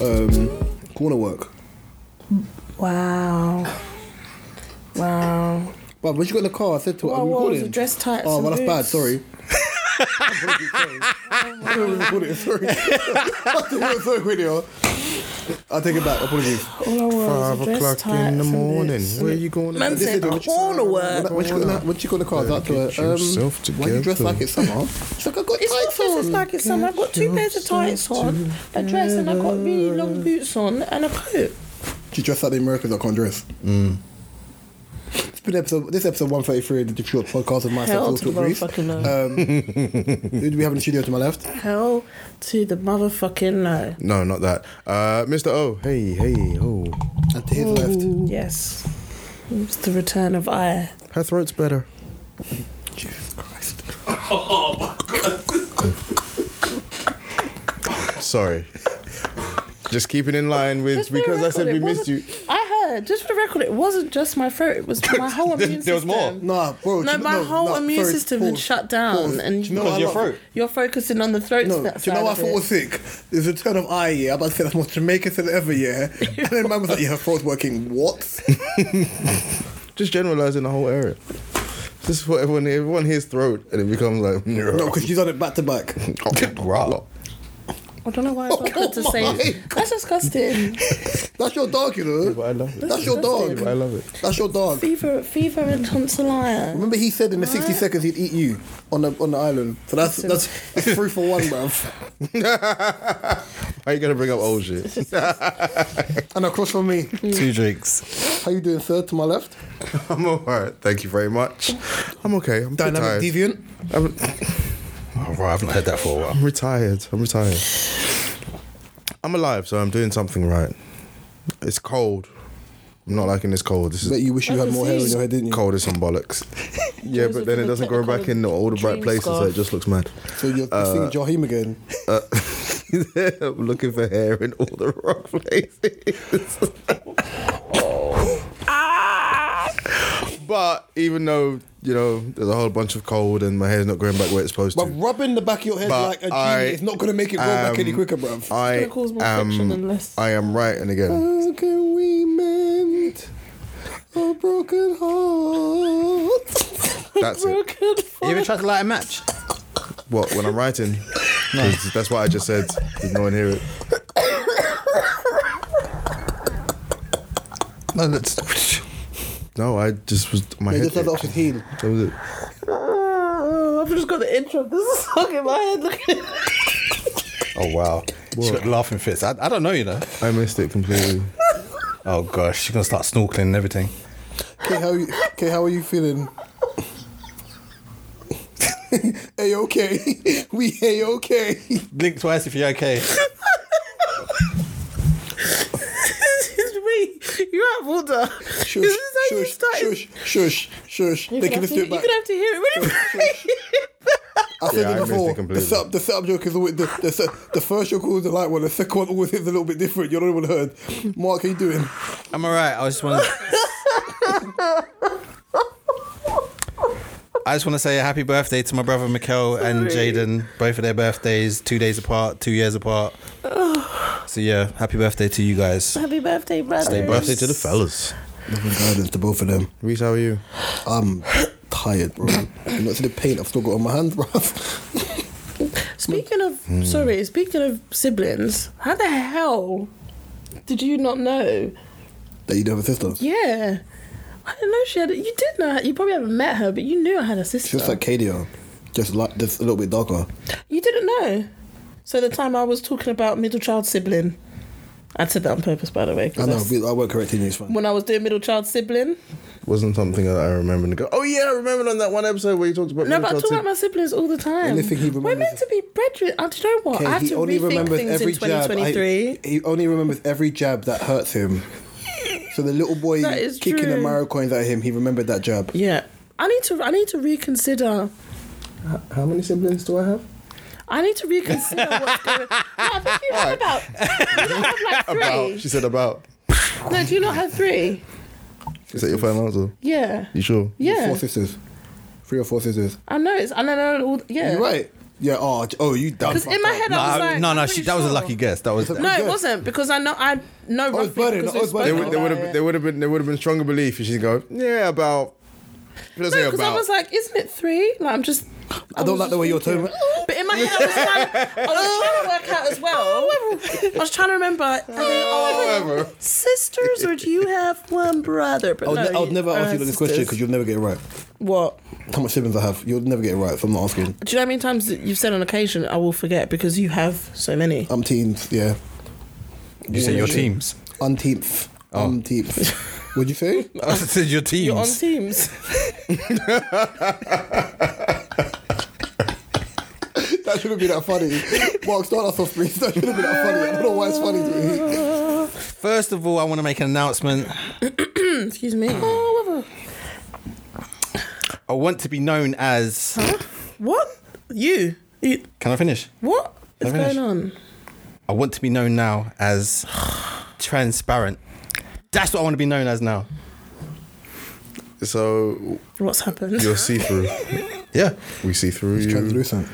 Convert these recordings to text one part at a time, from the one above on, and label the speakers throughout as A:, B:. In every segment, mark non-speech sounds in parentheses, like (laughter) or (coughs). A: um,
B: Wow. Wow.
A: But when she got in the car, I said to her, "Are
B: Oh, Well,
A: we
B: well, it was
A: recording?"
B: a dress tights
A: Oh,
B: and
A: well, that's bad.
B: boots. (laughs)
A: Sorry. I don't record it. (laughs) Sorry. I don't record video. I take it back. Apologies.
B: All I wore was
C: Five
B: a dress
C: o'clock
B: tights
C: in the
B: and
C: morning.
B: boots.
C: Where are you going?
B: Man
C: today?
B: said,
C: What you-
B: "All the
A: When
B: work."
A: when she got in the, when she got in the car, I was like to
C: Get
A: her, um,
C: yourself
A: "Why you dress
C: together.
A: like it's summer?" She's like, "I got
B: It's
A: tights
B: not
A: on."
B: it's like it's summer. I've got two pairs of tights on, a dress, and I've got really long boots on, and a coat.
A: She dressed like the Americans that can't dress.
C: Mm.
A: It's been episode, this episode 133 of the Detroit podcast of myself,
B: Hell
A: Will
B: to the
A: Talk Breeze.
B: motherfucking
C: Uh,
B: no.
A: Um, who do we have in the studio to my left?
B: Hell to the motherfucking no.
C: No, not that. Uh, Mr. O. Hey, hey, oh.
A: And to his left.
B: Yes. It's the return of I.
C: Her throat's better.
A: Jesus Christ.
C: (laughs) Sorry. Just keeping in line with
B: Just for the
C: because I said
B: record,
C: we
B: it
C: missed you.
B: wasn't- I heard, just for the record, it wasn't just my throat, it was
C: (laughs)
B: my whole
C: There-
B: immune system.
C: there was more.
A: Nah, bro.
B: No,
A: do you-
B: my whole
A: nah,
B: immune
A: sorry,
B: system had
A: pause,
B: shut down,
A: pause.
B: and
A: Do you know what I
C: Because your
A: love?
C: throat.
B: you're focusing on the throat.
A: No,
B: that
A: do you know what I
B: side of
A: thought
B: it.
A: was sick? There's a turn of eye, yeah. I'm about to say that's the most Jamaican thing ever, yeah. And then man was like, yeah, her throat's working. What?
C: Just generalizing the whole area. This is what everyone, everyone hears throat and it becomes like, (laughs)
A: no, because she's on it back to back.
B: I don't know why it's so good to
A: (laughs) Oh my
B: say.
A: God.
B: That's disgusting.
A: That's your dog, you
C: But I
A: know.
C: love it.
A: That's your
C: But I
A: dog.
C: love it.
A: That's your dog.
B: fever, fever, and tonsillitis.
A: Remember he said in the 60 seconds he'd eat you on the on the island. So that's
B: Listen.
A: that's, that's three for one, bruv.
C: How you going to bring up old shit?
A: And across from me,
C: Two drinks.
A: how you doing, sir? To my left,
C: I'm all right. Thank you very much. I'm okay. I'm a bit tired.
A: deviant.
C: I'm,
D: Oh, right, I've not heard that for a while.
C: I'm retired. I'm retired. I'm alive, so I'm doing something right. It's cold. I'm not liking this cold. This
A: Bet
C: is
A: you wish you had more hair in your head, didn't you?
C: cold as some
A: (laughs)
C: bollocks. yeah,
B: Joseph
C: but then
B: with
C: it
B: a
C: doesn't grow back in all the right
B: dream
C: places, so
B: scarf.
C: it just looks mad. (laughs)
A: So you're you're singing Jahim again.
C: I'm looking for hair in all the wrong places. (laughs) but even though you know there's a whole bunch of cold and my hair's not growing back where it's supposed
A: But
C: to.
A: rubbing the back of your head
C: But
A: like a genie
C: I
A: is not gonna make it grow back any
C: am-
A: quicker, bruv.
C: Um, I
B: gonna cause more friction and
C: am,
B: less-
C: I am right and again.
A: How can we mend a broken
B: (laughs)
A: heart?
C: That's it.
B: Broken
D: You ever
B: foot.
D: tried to light a match?
C: What when I'm writing? 'Cause That's what I just said. Did no one hear it?
D: No, (laughs) that's.
C: No, I just was my
A: He
C: head.
A: just has it off his heel.
C: That was it.
B: Oh, (laughs) I've just got the intro of this song in my head. Look at it.
D: Oh, wow. She's got laughing fits. I, I don't know, you know.
C: I missed it completely.
D: Oh, gosh. She's going to start snorkeling and everything.
A: Okay, how you, okay, how are you feeling? (laughs) Hey, okay. (laughs) We hey, (laughs) okay.
D: Blink twice if you're (laughs) okay.
B: This is me. You're out of order.
A: Shush,
B: is this how you
A: shush,
B: started?
A: shush, shush, shush.
B: You're
A: They
B: gonna
A: can
B: have
A: just
B: to-
A: do it
B: You're
A: back.
B: gonna have to hear it. When
A: (laughs)
B: it
A: I said
C: Yeah, I
A: it
C: missed it
A: before. the
C: completely.
A: setup, the setup joke is always the, the, se- the first joke always the light one. The second one always is a little bit different. You're not even heard. Mark, how you doing?
D: I'm all right. I just want to. (laughs) I just want to say a happy birthday to my brother Mikel and Jaden. Both of their birthdays, two days apart, two
B: (sighs)
D: years apart. So yeah, happy birthday to you
B: (laughs)
D: guys.
B: Happy birthday, brother.
D: Happy birthday to the
C: Fellas,
A: Loving guidance to both of them.
C: Reese, how are you?
A: I'm tired, bro. you not see the paint I've still got on my hands, (laughs) bro.
B: Speaking of, sorry, speaking of siblings, how the hell did you not know?
A: that you don't have a sister.
B: Yeah. I didn't know she had. You did know. You probably haven't met her, but you knew I had a sister.
A: She's just like KDR. Just like just a little bit darker.
B: you didn't know. So the time I was talking about middle child sibling, I said that on purpose, by the way. 'cause
A: I know,
B: that's-
A: we- I won't correct you, it's fine.
B: When I was doing middle child sibling,
C: Wasn't something that I remember and go. Oh yeah, I remembered on that one episode where you talked about.
B: no, but I
C: mental
B: talk about
C: health.
B: my siblings all the time.
A: Only thing he
B: We're
A: remembers
B: meant
A: is-
B: to be brethren. Uh, Do you know what?
A: Okay,
B: I have
A: he
B: to
A: only
B: rethink
A: remembers
B: things
A: every
B: in
A: jab. I-
B: 2023.
A: he only remembers every jab that hurts him. So the little boy
B: That is
A: kicking the
B: true.
A: marrow coins at him, he remembered that jab.
B: Yeah, I need to. I need to reconsider.
A: How many siblings do I have?
B: I need to reconsider
A: (laughs)
B: what's going. No, I think you have about. You don't have like
C: About
B: three.
C: she said about.
B: No, do you not have three?
C: Is that your final answer?
B: Yeah.
C: You sure?
B: Yeah.
A: Four sisters. Three or four sisters.
B: I know it's. I know. I know all, yeah.
A: You're right. Yeah. Oh. j- Oh, you dumb.
B: Because in my
A: fucker.
B: head,
D: No,
B: I was like,
D: no,
B: I'm
D: no,
B: pretty
D: she, that was a
B: sure.
D: lucky guess. That was
B: No, it
A: Yeah.
B: wasn't because I know I know.
A: was
B: roughly
A: burning,
B: because
A: I was
B: we've
A: burning.
B: spoken
C: There would, there would
B: about
C: have,
B: it.
C: there would have been, there would have been stronger belief if she'd go, yeah, about. Let's say
B: No, because I
C: about-
B: was like, isn't it three? Like, I'm just.
A: I don't
B: was
A: like the way you're
B: just
A: talking.
B: thinking. But in my head, I was, trying, I was trying to
A: (laughs)
B: work out as well. I was trying to remember. are they
A: Oh,
B: all
C: However.
B: sisters, or do you have one brother? But
A: I would,
B: no,
A: ne- I would
B: you-
A: never ask
B: uh,
A: you this question
B: sisters.
A: because you'll never get it right.
B: What?
A: How much siblings I have, you'll never get it right. So I'm not asking.
B: Do you know how many times that you've said on occasion, I will forget because you have so many?
A: I'm teens. Yeah.
D: you say
B: (laughs)
D: your teams.
A: Unteenth.
D: Oh.
A: Unteenth. What'd you say?
D: (laughs) I said your teams.
B: You're on teams. (laughs)
A: That shouldn't be that funny. Mark, start us off, please. (laughs) That shouldn't be that funny. I don't know why it's funny to me.
D: First of all, I want to make an announcement.
B: Excuse me. Oh,
D: I want to be known as.
B: what? You? you
D: Can I finish?
B: what is
D: Let me finish.
B: going on?
D: I want to be known now as transparent. That's what I want to be known as now.
C: so
B: What's happened?
C: you're see through.
B: (laughs)
D: Yeah.
C: we see through you.
A: Translucent.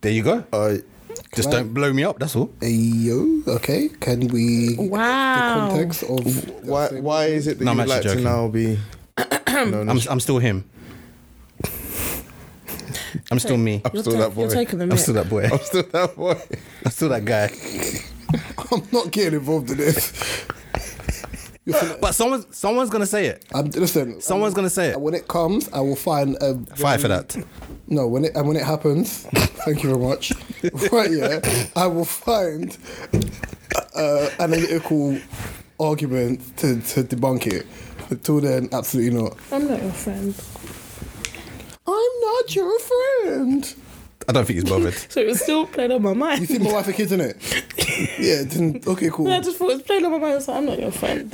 D: There you go.
C: I
D: Just
A: Right.
D: don't blow me up. That's all.
A: Ayo. Okay. Can we?
B: Wow.
A: Context of
C: why why is it that
D: No,
C: you
D: I'm
C: would like
D: actually
C: to
D: joking.
C: now (laughs) be? known
D: I'm,
C: as-
D: I'm still him. I'm still me.
B: You're,
C: still
B: ta-
C: that boy.
B: you're taking the
D: I'm still
B: mic.
D: that boy.
C: I'm still that boy.
D: I'm still that guy.
A: (laughs) I'm not getting involved in this.
D: But someone, someone's gonna say it.
A: I'm, listen,
D: Someone's
A: I'm-
D: gonna say it.
A: when it comes, I will find a
D: Fight for that.
A: No, when it and when it happens, thank you very much. Right, yeah, I will find uh, analytical argument to, to debunk it. Until then, absolutely not.
B: I'm not your friend.
A: I'm not your friend.
D: I don't think he's bothered.
B: So it was still playing on my
A: You
B: mind.
A: see my wife and kids in it. Yeah. Then, okay. Cool.
B: I just thought it was playing on my mind. I was like, I'm not your friend.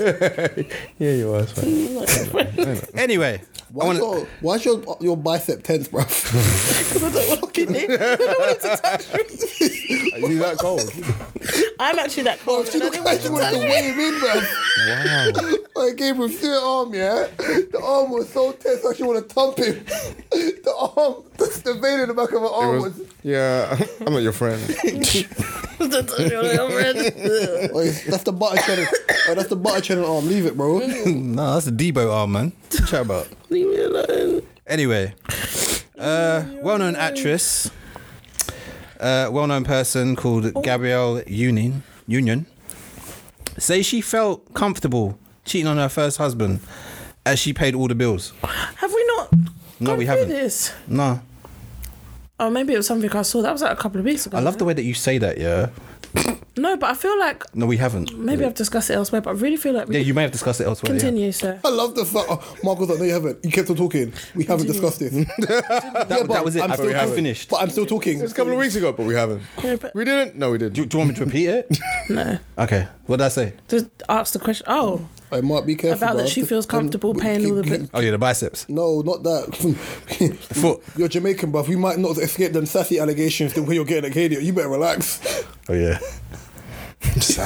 C: (laughs) Yeah, you are. It's fine.
B: I'm not your (laughs)
D: (laughs)
B: friend.
D: Anyway, I
A: Why
D: want
A: is
D: to.
A: your, why is your your bicep tense, bruv?
B: Because I don't want to it. I don't want it to touch
D: (laughs)
B: me.
C: You that (laughs) cold?
B: I'm actually that
A: Oh,
B: cold. (laughs)
A: she
B: and I
A: looked like
B: didn't want
A: she
B: to
A: wanted to
B: touch
A: weigh
B: me.
A: him in, (laughs) bruv.
C: Wow.
A: I gave him through the arm, yeah? The arm was so tense, I actually want to thump him. (laughs) The arm, the, the vein in the back of my
C: It
A: arm was.
C: was, yeah, (laughs) I'm not your friend.
B: Don't touch me, I'm not your
D: (laughs)
B: friend.
A: (laughs) Oh, it's- that's the butter channel. Oh, that's the butter channel arm. Leave it, bro.
D: No, that's a Debo arm, man. Chat about.
B: Leave me alone.
D: Anyway, uh, well-known actress, uh, well-known person called
B: Oh.
D: Gabrielle Union. Union. Say she felt comfortable cheating on her first husband, as she paid all the bills.
B: Have we not?
D: No,
B: gone
D: we
B: through
D: haven't.
B: This?
D: No,
B: Oh, maybe it was something I saw. That was like a couple of weeks ago.
D: I love the way that you say that. Yeah.
B: No, but I feel like
D: No, we haven't.
B: maybe I've discussed it elsewhere. But I really feel like we
D: Yeah, you may have discussed it elsewhere. yeah.
B: continue, sir.
A: (laughs) I love the fact. Oh, Mark was like, no, you haven't. You kept on talking. We haven't discussed (laughs) this.
D: That, that was it.
A: I'm
D: I'm,
A: still
D: still
A: haven't.
D: finished.
A: But I'm still talking.
C: It was a couple of weeks ago, but we haven't.
B: Yeah, but-
C: We didn't. No, we
D: Do,
C: didn't.
D: do you want me to repeat
B: (laughs)
D: it?
B: No,
D: okay. What did I say?
B: just ask the question. Oh,
A: I might be careful.
B: about that
A: bruv.
B: she feels
A: Um,
B: comfortable paying all the bills.
D: Oh yeah, the biceps.
A: No, not that. (laughs)
D: Foot.
A: You're Jamaican, bruv. We might not escape them sassy allegations the way you're getting at Katie. You better relax. (laughs)
D: Oh yeah.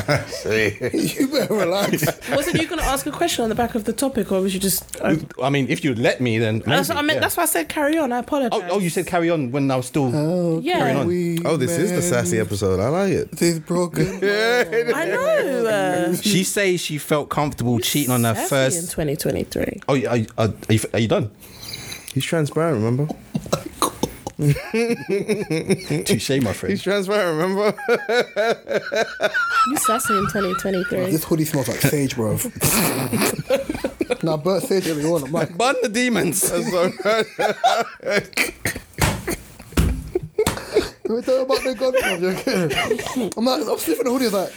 A: You better
D: (laughs)
A: relax.
B: Wasn't you going to ask a question on the back of the topic, or was you just? I-
D: (laughs) I mean, if you'd let me, then.
B: that's
D: maybe,
B: what I meant.
D: yeah.
B: That's Oh. why I said carry on. I apologize.
D: Oh, oh, you said carry on when I was still.
B: yeah.
D: carry on.
A: We
C: Oh, this is the sassy
A: mend
C: episode. I like it.
A: This
D: (laughs)
A: broken.
C: Yeah.
B: I know. Uh,
D: She says she felt comfortable cheating on her
B: sassy in
D: first.
B: 2023.
D: Oh, yeah, are, you- are, are, you, are you done?
C: He's transparent, remember?
D: Touche, my
C: He's
D: friend.
C: transparent, remember? (laughs)
B: You sassy in 2023. (laughs)
A: This hoodie smells like sage,
D: (laughs)
A: bro. now burnt sage everyone. I'm like,
D: Burn the demons.
C: (laughs) That's so good.
A: can we talk about the gun? I'm joking. I'm like, I'm sniffing the hoodie. Like,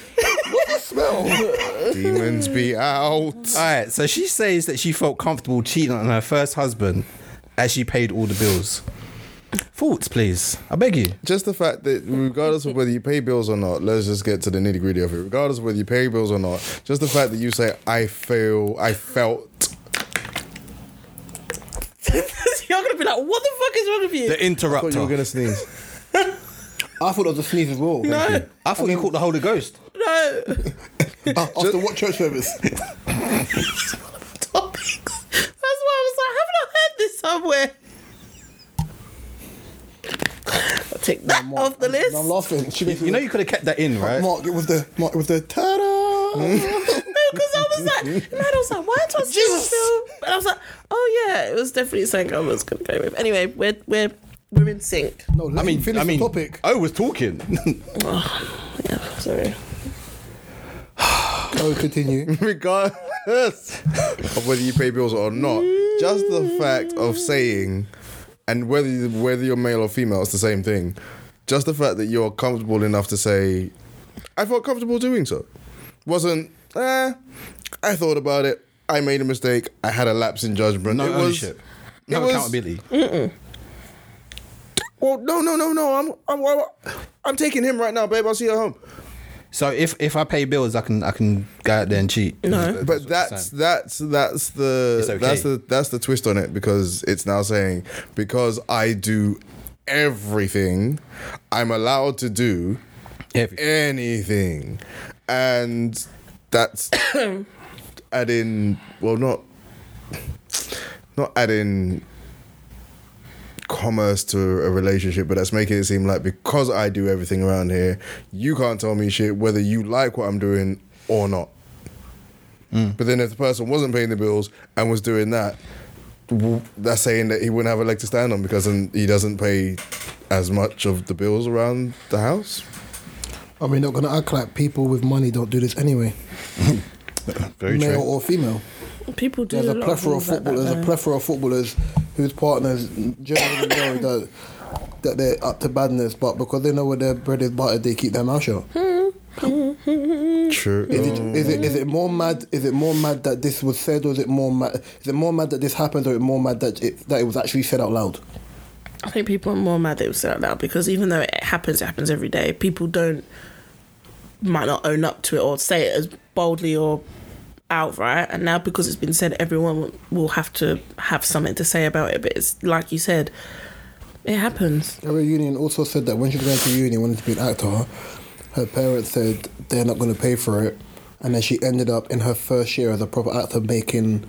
A: what's the smell?
C: Demons be out.
D: (laughs) All right, so she says that she felt comfortable cheating on her first husband as she paid all the bills. Thoughts, please. I beg you.
C: Just the fact that, regardless of whether you pay bills or not, let's just get to the nitty gritty of it. Regardless of whether you pay bills or not, just the fact that you say, I feel, I felt.
B: You're going to be like, what the fuck is wrong with you?
C: I
D: The
C: thought
D: interrupter.
C: you were going to sneeze.
A: I thought it was a sneeze as
D: (laughs)
A: well. No.
D: I thought you caught the Holy Ghost.
B: No.
A: After what church service?
B: Topics. That's why I was like, haven't I heard this somewhere? Tick that
A: Mark,
B: off the
A: I'm-
B: list.
A: I'm laughing. She
D: You know you could have kept that in, right?
A: Mark, it was the Mark, it was the
C: (laughs)
A: ta-da.
B: (laughs) no, because I was like, man, I was like, what was Jesus? But I was like, oh yeah, it was definitely something I was gonna go with. Anyway, we're we're we're in sync.
A: No, let
D: I mean,
A: me finish
D: I mean,
A: the
D: (laughs)
A: topic.
D: I
C: (laughs)
D: was talking.
B: Yeah, sorry.
A: I will continue.
C: regardless of whether you pay bills or not, just the fact of saying, and whether you- whether you're male or female, it's the same thing. Just the fact that you're comfortable enough to say, "I felt comfortable doing so," wasn't. Eh, I thought about it. I made a mistake. I had a lapse in judgment.
D: No
C: it was,
D: ownership. No
C: it was-
D: accountability.
C: Well, no, no, no, no. I'm, I'm, I'm, I'm taking him right now, babe. I'll see you at home.
D: So if if I pay bills, I can I can go out there and cheat.
B: No.
C: but that's that's that's the
D: It's okay.
C: that's the that's the twist on it because it's now saying because I do everything I'm allowed to do
D: Every-
C: anything and that's adding well not not adding commerce to a relationship but that's making it seem like because I do everything around here you can't tell me shit whether you like what I'm doing or not but then if the person wasn't paying the bills and was doing that, w- that's saying that he wouldn't have a leg to stand on because then he doesn't pay as much of the bills around the house.
A: I mean, not gonna act like people with money don't do this anyway,
D: Very
A: male
D: true.
A: or female.
B: People do
A: There's
B: a
A: a
B: lot
A: plethora of
B: things like that,
A: footballers, a
B: though.
A: plethora of footballers whose partners generally
B: (coughs)
A: know that that they're up to badness, but because they know where their bread is buttered, they keep their mouth shut.
C: True.
A: Is it, is it is it more mad? Is it more mad that this was said, or is it more mad? Is it more mad that this happened, or is it more mad that it, that it was actually said out loud?
B: I think people are more mad that it was said out loud because even though it happens, it happens every day. People don't might not own up to it or say it as boldly or outright. And now because it's been said, everyone will have to have something to say about it. But it's like you said, it happens.
A: Our union also said that when she was going to uni, wanted to be an actor, her parents said they're not going to pay for it, and then she ended up in her first year as a proper actor making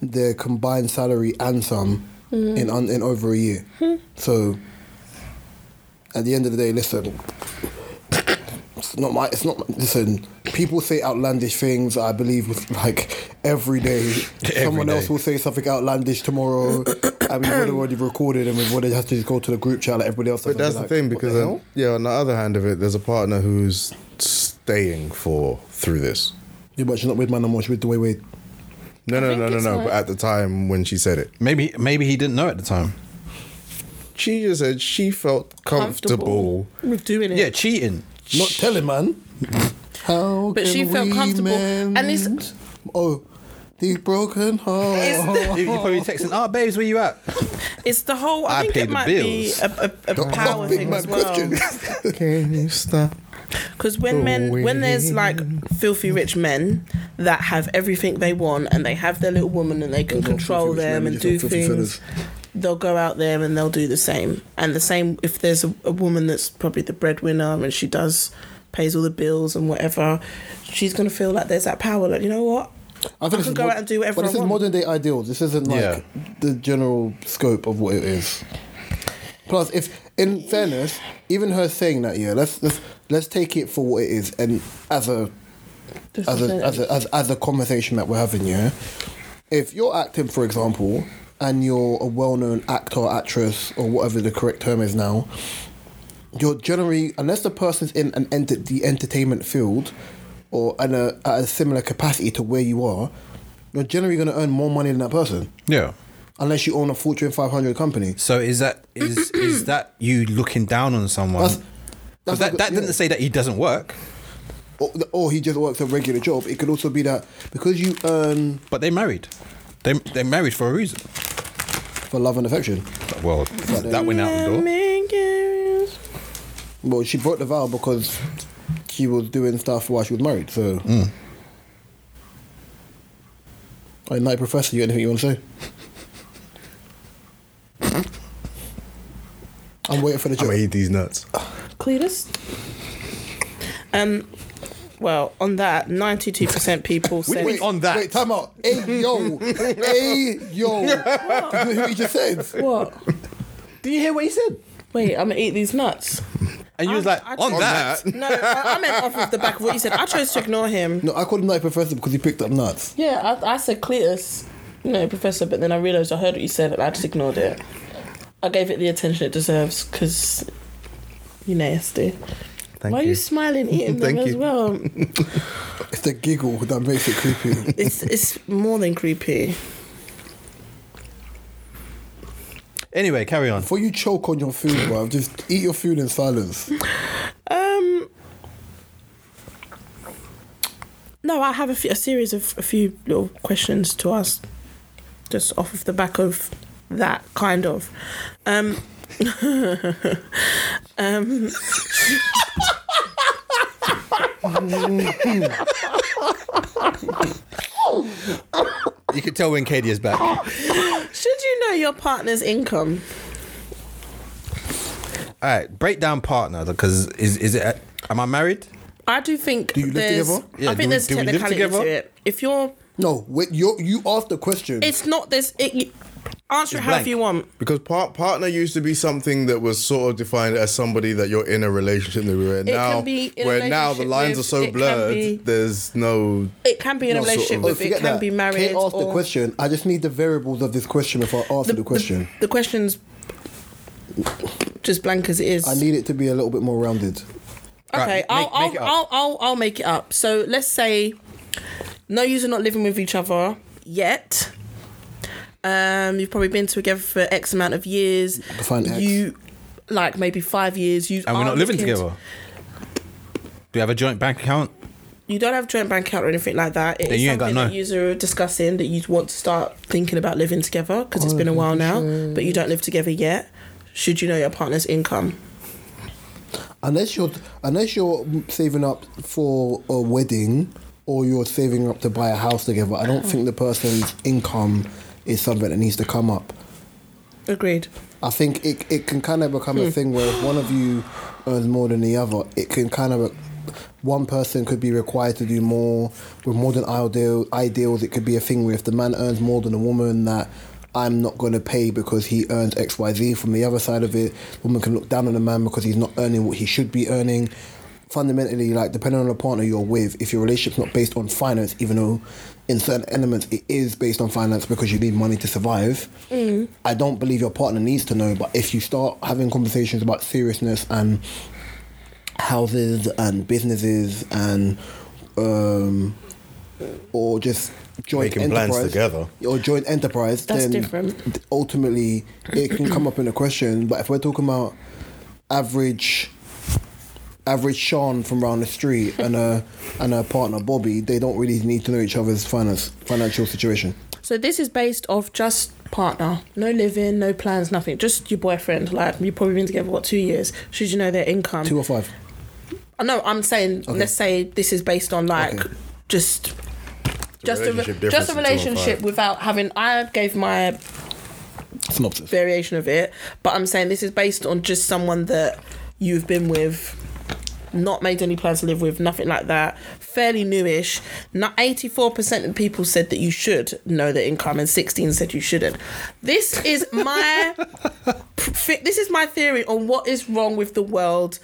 A: their combined salary and some in un, in over a year. So, at the end of the day, listen. It's not my. It's not. Listen, people say outlandish things. I believe with like every
C: (laughs)
A: day,
D: Every
A: someone
D: day.
A: else will say something outlandish tomorrow, and we've already- already recorded, and we've already had to just go to the group chat like everybody else.
C: But that's the thing because um,
A: the
C: then-
A: hell?
C: yeah, on the other hand of it, there's a partner who's staying for through this.
A: yeah, but she's not with man no more. She's with Dwayne Wade.
C: No, no,
B: think
C: no, no,
B: it's
C: no.
B: like-
C: But at the time when she said it,
D: Maybe maybe he didn't know at the time.
C: she just said she felt comfortable.
B: with doing it.
D: Yeah, cheating. (laughs)
A: Not telling
B: (laughs)
A: man. How
B: But
A: can
B: she felt
A: we
B: comfortable,
A: mend?
B: and it's-
A: oh, these broken hearts.
D: You you probably texting, "Ah, babes, where you at?"
B: It's the whole. I,
D: I
B: think
D: pay
B: it
D: the
B: might
D: bills.
B: be a, a, a power
A: big
B: thing
A: man
B: as well.
C: (laughs) Can you stop?
B: Because when men, when there's like filthy rich men that have everything they want and they have their little woman and they can
A: They're not
B: control
A: filthy rich men,
B: them
A: they're
B: and
A: just
B: do
A: not filthy
B: things,
A: fellas.
B: they'll go out there and they'll do the same. And the same if there's a, a woman that's probably the breadwinner and she does pays all the bills and whatever, she's gonna feel like there's that power. Like you know what? I
A: this
B: can
A: is
B: go
A: mod-
B: out and do whatever
A: But
B: I
A: this is
B: want.
A: modern day ideals. This isn't like
D: Yeah.
A: the general scope of what it is. Plus, if in fairness, even her saying that, yeah, let's let's let's take it for what it is, and as a
B: Just
A: as a,
B: saying.
A: as a as as a conversation that we're having, yeah. If you're acting, for example, and you're a well-known actor, actress, or whatever the correct term is now, you're generally unless the person's in an ent- the entertainment field or in a, at a similar capacity to where you are, you're generally going to earn more money than that person,
D: Yeah.
A: unless you own a Fortune 500 company.
D: So is that is is that you looking down on someone?
A: That's,
D: 'Cause that,
A: like-
D: that didn't
A: yeah.
D: say that he doesn't work,
A: or, or he just works a regular job. It could also be that because you earn
D: but they married. They they married for a reason.
A: for love and affection.
D: Well, that went out the door.
A: Well, she broke the vow because she was doing stuff while she was married. So,
D: Mm.
A: hey, night professor, you got anything you want to say? I'm waiting for the
C: I'm
A: joke.
C: gonna eat these nuts.
B: Cletus. Um. Well, on that, ninety-two percent people said
D: mean on that?
A: Wait, time out. Hey yo, hey yo. Did you hear what he just said?
B: (laughs) what?
D: Do you hear what he said?
B: wait, I'm gonna eat these nuts.
D: And you was
B: I-
D: like,
B: I
D: on
B: chose-
D: that,
B: No, I, I meant off of the back of what you said. I chose to ignore him.
A: No, I called him Nutty Professor because he picked up nuts.
B: Yeah, I, I said Cletus, you know, Professor, but then I realised I heard what you said and I just ignored it. I gave it the attention it deserves because you nasty.
D: Thank
B: Why are you smiling eating them
C: Thank
B: as
C: you.
B: well?
A: It's the giggle that makes it creepy.
B: It's it's more than creepy.
D: Anyway,
A: (laughs)
D: carry on.
A: Before you choke on your food, bruv, just eat your food in silence.
B: Um. No, I have a few- a series of a few little questions to ask, just off of the back of that kind of. Um, um,
D: You could tell when Katie is
A: Oh.
D: back.
B: should you know your partner's income?
D: All right, break down partner because is is it? Am I married?
B: I do think
A: you live
B: there's.
A: together?
D: Yeah,
B: I
D: do we-
B: think there's
D: do we live
B: technicality
D: together?
B: to it. If you're,
A: No, wait, you you asked the question.
B: it's not this. It, you- answer it
D: It's
B: however
D: blank.
B: you want.
C: Because par- partner used to be something that was sort of defined as somebody that you're in a relationship with. Where
B: can
C: now,
B: be in a
C: where now the
B: relationship
C: lines
B: with-
C: are so
B: it can
C: blurred,
B: be-
C: there's no.
B: It can be in a
C: No, sort
B: relationship
C: of.
A: Oh,
B: with. It
A: forget
B: can
A: that.
B: be married.
A: Kate asked the
B: or
A: question. I just need the variables of this question before I answer the, question.
B: The, question's just blank as it is.
A: I need it to be a little bit more rounded.
B: Okay,
D: Right,
B: I'll,
D: make- make it
B: I'll,
D: up.
B: I'll, I'll, I'll make it up. So let's say, no, you're not living with each other yet. Um, you've probably been together for X amount of years.
A: Define X.
B: You, like maybe five years. You
D: And we're
B: are
D: not living
B: looking to-
D: together. Do you have a joint bank account?
B: you don't have joint bank account or anything like that. It
D: Then
B: is
D: you ain't got
B: something
D: no.
B: that you are discussing that you want to start thinking about living together because it's been a while now, but you don't live together yet. Should you know your partner's income?
A: Unless you're unless you're saving up for a wedding or you're saving up to buy a house together, I don't think the person's income is something that needs to come up.
B: Agreed.
A: I think it, it can kind of become a thing where if one of you earns more than the other, it can kind of one person could be required to do more with more than ideal, ideals. It could be a thing where if the man earns more than a woman, that I'm not going to pay because he earns X Y Z. From the other side of it, woman can look down on the man because he's not earning what he should be earning. Fundamentally, like depending on the partner you're with, if your relationship's not based on finance, even though in certain elements it is based on finance because you need money to survive. I don't believe your partner needs to know, but if you start having conversations about seriousness and houses and businesses and um, or just joint
C: Making plans
A: enterprise-
C: together.
A: or joint enterprise,
B: That's
A: then
B: different.
A: ultimately it can come up in a question. But if we're talking about average average Sean from round the street and a and her partner Bobby, they don't really need to know each other's finance financial situation.
B: So this is based off just partner, no living, no plans, nothing. Just your boyfriend. Like you've probably been together what two years. Should you know their income?
A: Two or five.
B: I know. I'm saying let's say this is based on like
A: Okay.
B: just just a
C: relationship
B: re-
C: difference
B: just a
C: between
B: relationship
C: five.
B: without having. I gave my
A: Synopsis.
B: variation of it, but I'm saying this is based on just someone that you've been with. Not made any plans to live with, nothing like that. Fairly newish. Not eighty-four percent of people said that you should know their income, and sixteen said you shouldn't. This is my (laughs) fi- this is my theory on what is wrong with the world,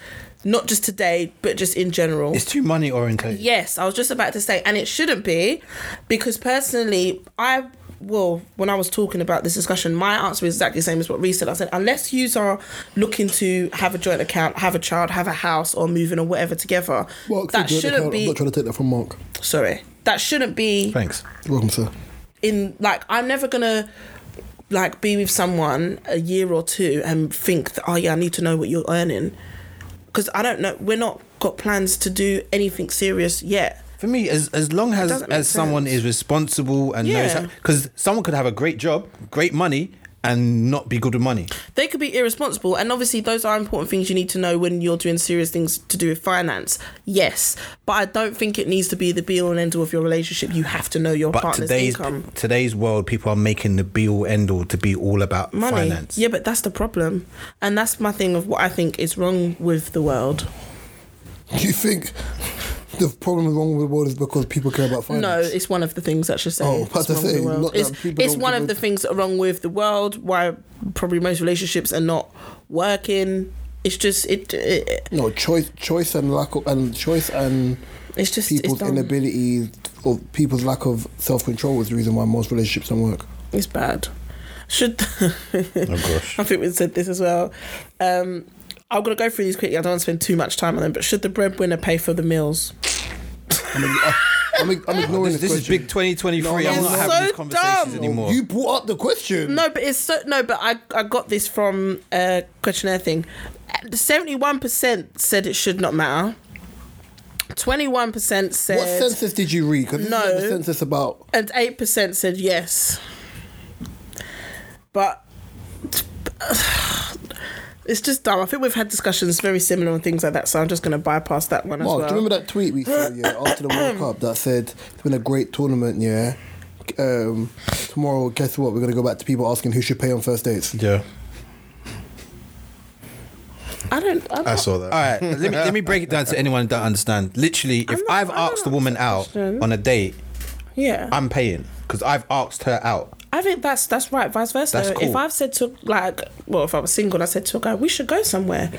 B: not just today, but just in general.
D: It's too money oriented.
B: Yes, I was just about to say, and it shouldn't be, because personally, I well, when I was talking about this discussion, my answer is exactly the same as what Reese said. I said, unless you are looking to have a joint account, have a child, have a house, or moving or whatever together,
A: Mark,
B: that
A: joint
B: shouldn't
A: account. I'm
B: be.
A: not trying to take that from Mark.
B: Sorry, that shouldn't be
D: Thanks.
A: Welcome, sir.
B: in like I'm never gonna like be with someone a year or two and think that oh yeah I need to know what you're earning because I don't know we're not got plans to do anything serious yet.
D: For me, as as long as as
B: doesn't make
D: someone
B: sense.
D: is responsible and knows
B: Yeah.
D: how, because someone could have a great job, great money, and not be good with money.
B: They could be irresponsible, and obviously those are important things you need to know when you're doing serious things to do with finance. Yes, but I don't think it needs to be the be all and end all of your relationship. You have to know your
D: But
B: partner's
D: today's
B: income,
D: today's world, people are making the be all end all to be all about
B: money.
D: finance.
B: Yeah, but that's the problem, and that's my thing of what I think is wrong with the world.
A: You think the problem wrong with the world is because people care about finance.
B: No, it's one of the things that should say.
A: Oh,
B: it's
A: that's the
B: wrong with the
A: thing,
B: world.
A: not that
B: It's,
A: people
B: it's
A: don't
B: one
A: give
B: of
A: a-
B: the things that are wrong with the world. Why probably most relationships are not working. It's just it. it
A: No, choice, choice, and lack of, and choice and
B: it's just it's
A: people's
B: dumb.
A: inability or people's lack of self control is the reason why most relationships don't work.
B: It's bad. Should
D: Oh gosh.
B: I think we said this as well. Um, I'm gonna go through these quickly. I don't want to spend too much time on them. But should the breadwinner pay for the meals?
A: I'm, I'm, I'm ignoring
D: This,
A: this,
D: this is big 2023.
A: No,
D: I'm
A: no,
D: not
A: no.
D: having
B: So
D: these conversations
B: dumb.
D: anymore.
A: You brought up the question.
B: No, but it's so no. But I I got this from a questionnaire thing. Seventy one percent said it should not matter. Twenty one percent said
A: What census did you read? Because
B: No.
A: the census about.
B: and eight percent said yes. But (sighs) it's just dumb. I think we've had discussions very similar on things like that, so I'm just going to bypass that one as
A: Mark,
B: well.
A: do you remember that tweet we saw yeah, after the World Cup that said it's been a great tournament, yeah. Um, tomorrow, guess what? We're gonna go back to people asking who should pay on first dates.
D: yeah.
B: I don't. I'm
C: I
B: not-
C: saw that.
D: All right, let me let me break it down to anyone who don't understand. Literally, if
B: not-
D: I've
B: I don't
D: asked a woman out
B: understand.
D: on a date,
B: Yeah, i
D: I'm paying because I've asked her out.
B: think that's that's right. Vice versa.
D: That's
B: though. If
D: cool.
B: I've said to like, well, if I was single, and I said to a guy, we should go somewhere.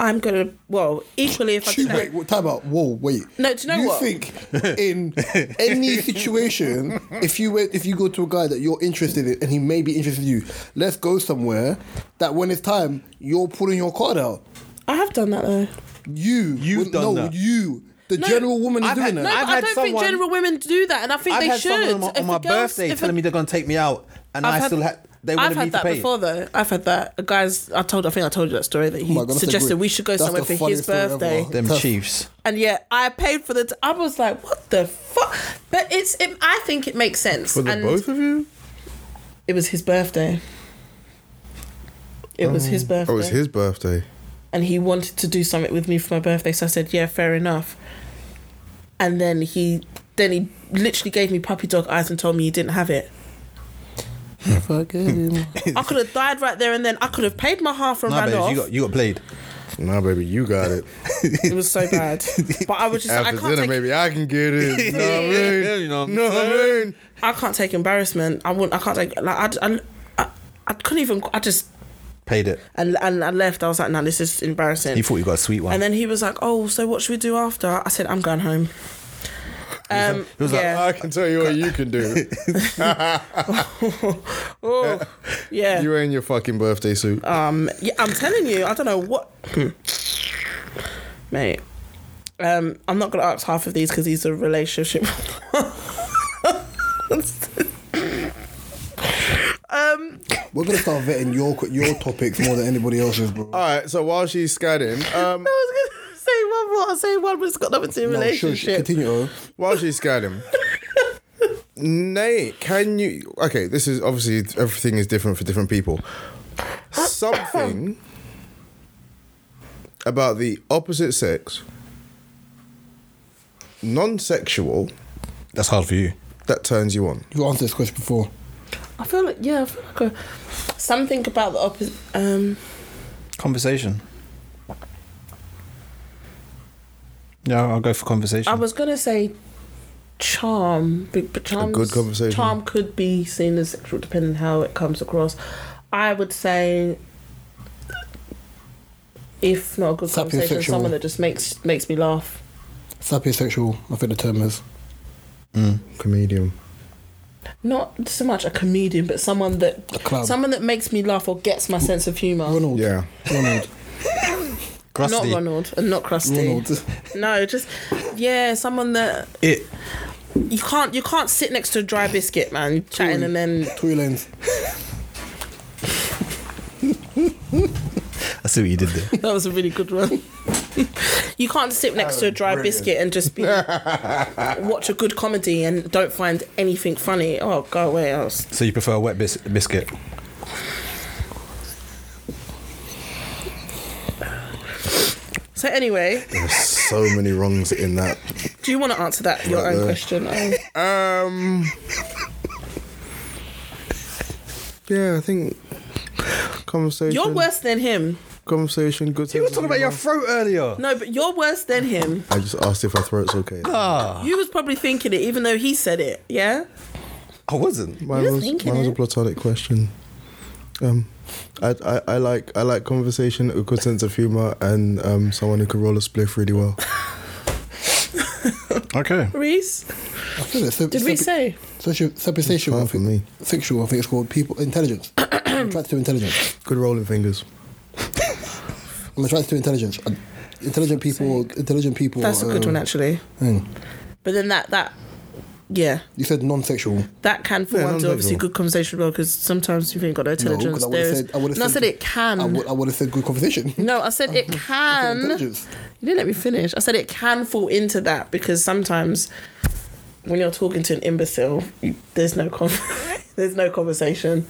B: I'm gonna. Well, equally, if I
A: Shoot,
B: did that-
A: wait, what, time out. Whoa, wait.
B: No, do you know
A: you
B: what?
A: think in
B: (laughs)
A: any situation, if you went, if you go to a guy that you're interested in and he may be interested in you, let's go somewhere. That when it's time, you're pulling your card out.
B: I have done that though.
A: You,
D: You've
A: would-
D: done
A: no,
D: that.
A: you, the general woman is
D: I've
A: doing
D: had-
A: that.
B: No,
D: I've
B: but I
D: had
B: don't
D: someone-
B: think general women do that, and I think
D: I've
B: they
D: had
B: should.
D: someone on my,
B: If
D: on my
B: a girl's-
D: birthday
B: if a-
D: telling me they're going to take me out, and i
B: I've had-
D: still had they
B: I've
D: wanted me
B: had
D: to
B: that
D: pay.
B: before though. I've had that. A guy's I told I think I told you that story that
D: Oh
B: he
A: my God, that's a
B: suggested
A: great-
B: we should go
A: that's
B: somewhere
A: the
B: for
A: funniest
B: his
A: story ever.
B: birthday.
D: Them
A: Tough.
D: chiefs.
B: And yeah, I paid for the t- I was like, what the fuck? But it's it, I think it makes sense.
C: For the
B: and
C: both of you?
B: it was his birthday. It was his birthday.
C: Oh, it's his birthday.
B: and he wanted to do something with me for my birthday. So I said, yeah, fair enough. And then he then he literally gave me puppy dog eyes and told me he didn't have it. I could have died right there and then. I could have paid my half and
D: No,
B: ran
D: babes,
B: off.
D: you got you got
B: (laughs)
D: played.
C: Nah, baby, you got it.
B: It was so bad. But I was just like, I
C: After
B: can't
C: dinner,
B: take
C: maybe I can
B: (laughs)
C: get it. Know what I mean?
D: You know what I'm
C: Know what I mean?
B: I can't take embarrassment. I wouldn't. I can't take like I, I, I, I couldn't even. I just
D: Paid it.
B: and and I left. I was like, no, this is embarrassing.
D: You thought you got a sweet one.
B: and then he was like, oh, so what should we do after? I said, I'm going home. Um,
D: He was like,
B: yeah.
C: I can tell you what you
B: (laughs)
C: can do.
B: oh, yeah.
C: You're in your fucking birthday suit.
B: Um, yeah, I'm telling you, I don't know what, (laughs) mate. Um, I'm not gonna ask half of these because these are relationship. (laughs) um,
A: We're gonna start vetting your your topics more than anybody else's, bro.
C: All right, so while she's scanning, um,
B: I was gonna say one more. I'll say one, but it's got nothing to do with
A: no, shush,
B: relationship.
A: continue. Oh.
C: while she's scanning, Nate, can you? Okay, this is obviously everything is different for different people. Something about the opposite sex, non-sexual,
D: That's hard for you.
C: that turns you on.
A: You answered this question before.
B: I feel like yeah, I feel like a, something about the opposite. Um,
D: Conversation. Yeah, I'll go for conversation.
B: I was gonna say charm, but but charm.
C: good conversation.
B: Charm could be seen as sexual, depending on how it comes across. I would say, if not a good conversation,
A: Sapiosexual.
B: someone that just makes makes me laugh.
A: Sapiosexual, I think the term is.
C: Comedian.
B: Not so much a comedian, but someone that
A: A clown.
B: someone that makes me laugh or gets my sense of humor.
A: Um, Ronald.
C: Yeah.
A: Ronald.
B: Not
D: Crusty.
B: Ronald and not crusty.
A: Ronald.
B: No, just yeah, someone that
D: It.
B: you can't you can't sit next to a dry biscuit, man, chatting and then
A: Tory Lanez.
D: I see what you did
B: (laughs)
D: there.
B: That was a really good one. you can't sit next to a dry biscuit and just be watch a good comedy and don't find anything funny. Oh, go away else.
D: So you prefer a wet bis- biscuit?
B: So anyway,
C: There's so many wrongs in that.
B: do you want to answer that your own question? Oh,
C: Um. Yeah, I think conversation.
B: You're worse than him.
C: conversation. Good.
D: You were talking about your throat earlier.
B: No, but you're worse than him.
C: I just asked if her throat's okay.
A: Ah.
B: You was probably thinking it, even though he said it. Yeah.
D: I wasn't.
C: mine
B: You're
C: was
B: thinking
C: mine was a
B: it.
C: platonic question. Um, I, I, I like I like conversation, a good sense of humor, and um, someone who can roll a spliff really well.
D: Okay.
B: Reese,
A: I feel it's
B: did we say?
A: social sexual? I
C: Fine for
A: think,
C: me.
A: sexual. I think it's called people
B: (coughs)
A: intelligence. attractive intelligence.
C: Good rolling fingers.
A: I'm attracted to intelligence. Uh, Intelligent people. Intelligent people.
B: That's a good
A: uh,
B: one actually.
A: mm.
B: But then that that yeah.
A: You said non-sexual.
B: That can, for
C: Yeah,
B: one,
C: no,
B: do
C: no,
B: obviously
C: no.
B: good conversation well because sometimes you've ain't got no
A: No,
B: intelligence.
A: 'cause I
B: there
A: would've
B: is.
A: said. I would have
B: no, I said it can.
A: I would, I would have said good
B: (laughs)
A: conversation.
B: no, I said it can. you (laughs)
A: Intelligence.
B: didn't let me finish. I said it can fall into that because sometimes when you're talking to an imbecile, you- there's no con- (laughs) there's no conversation.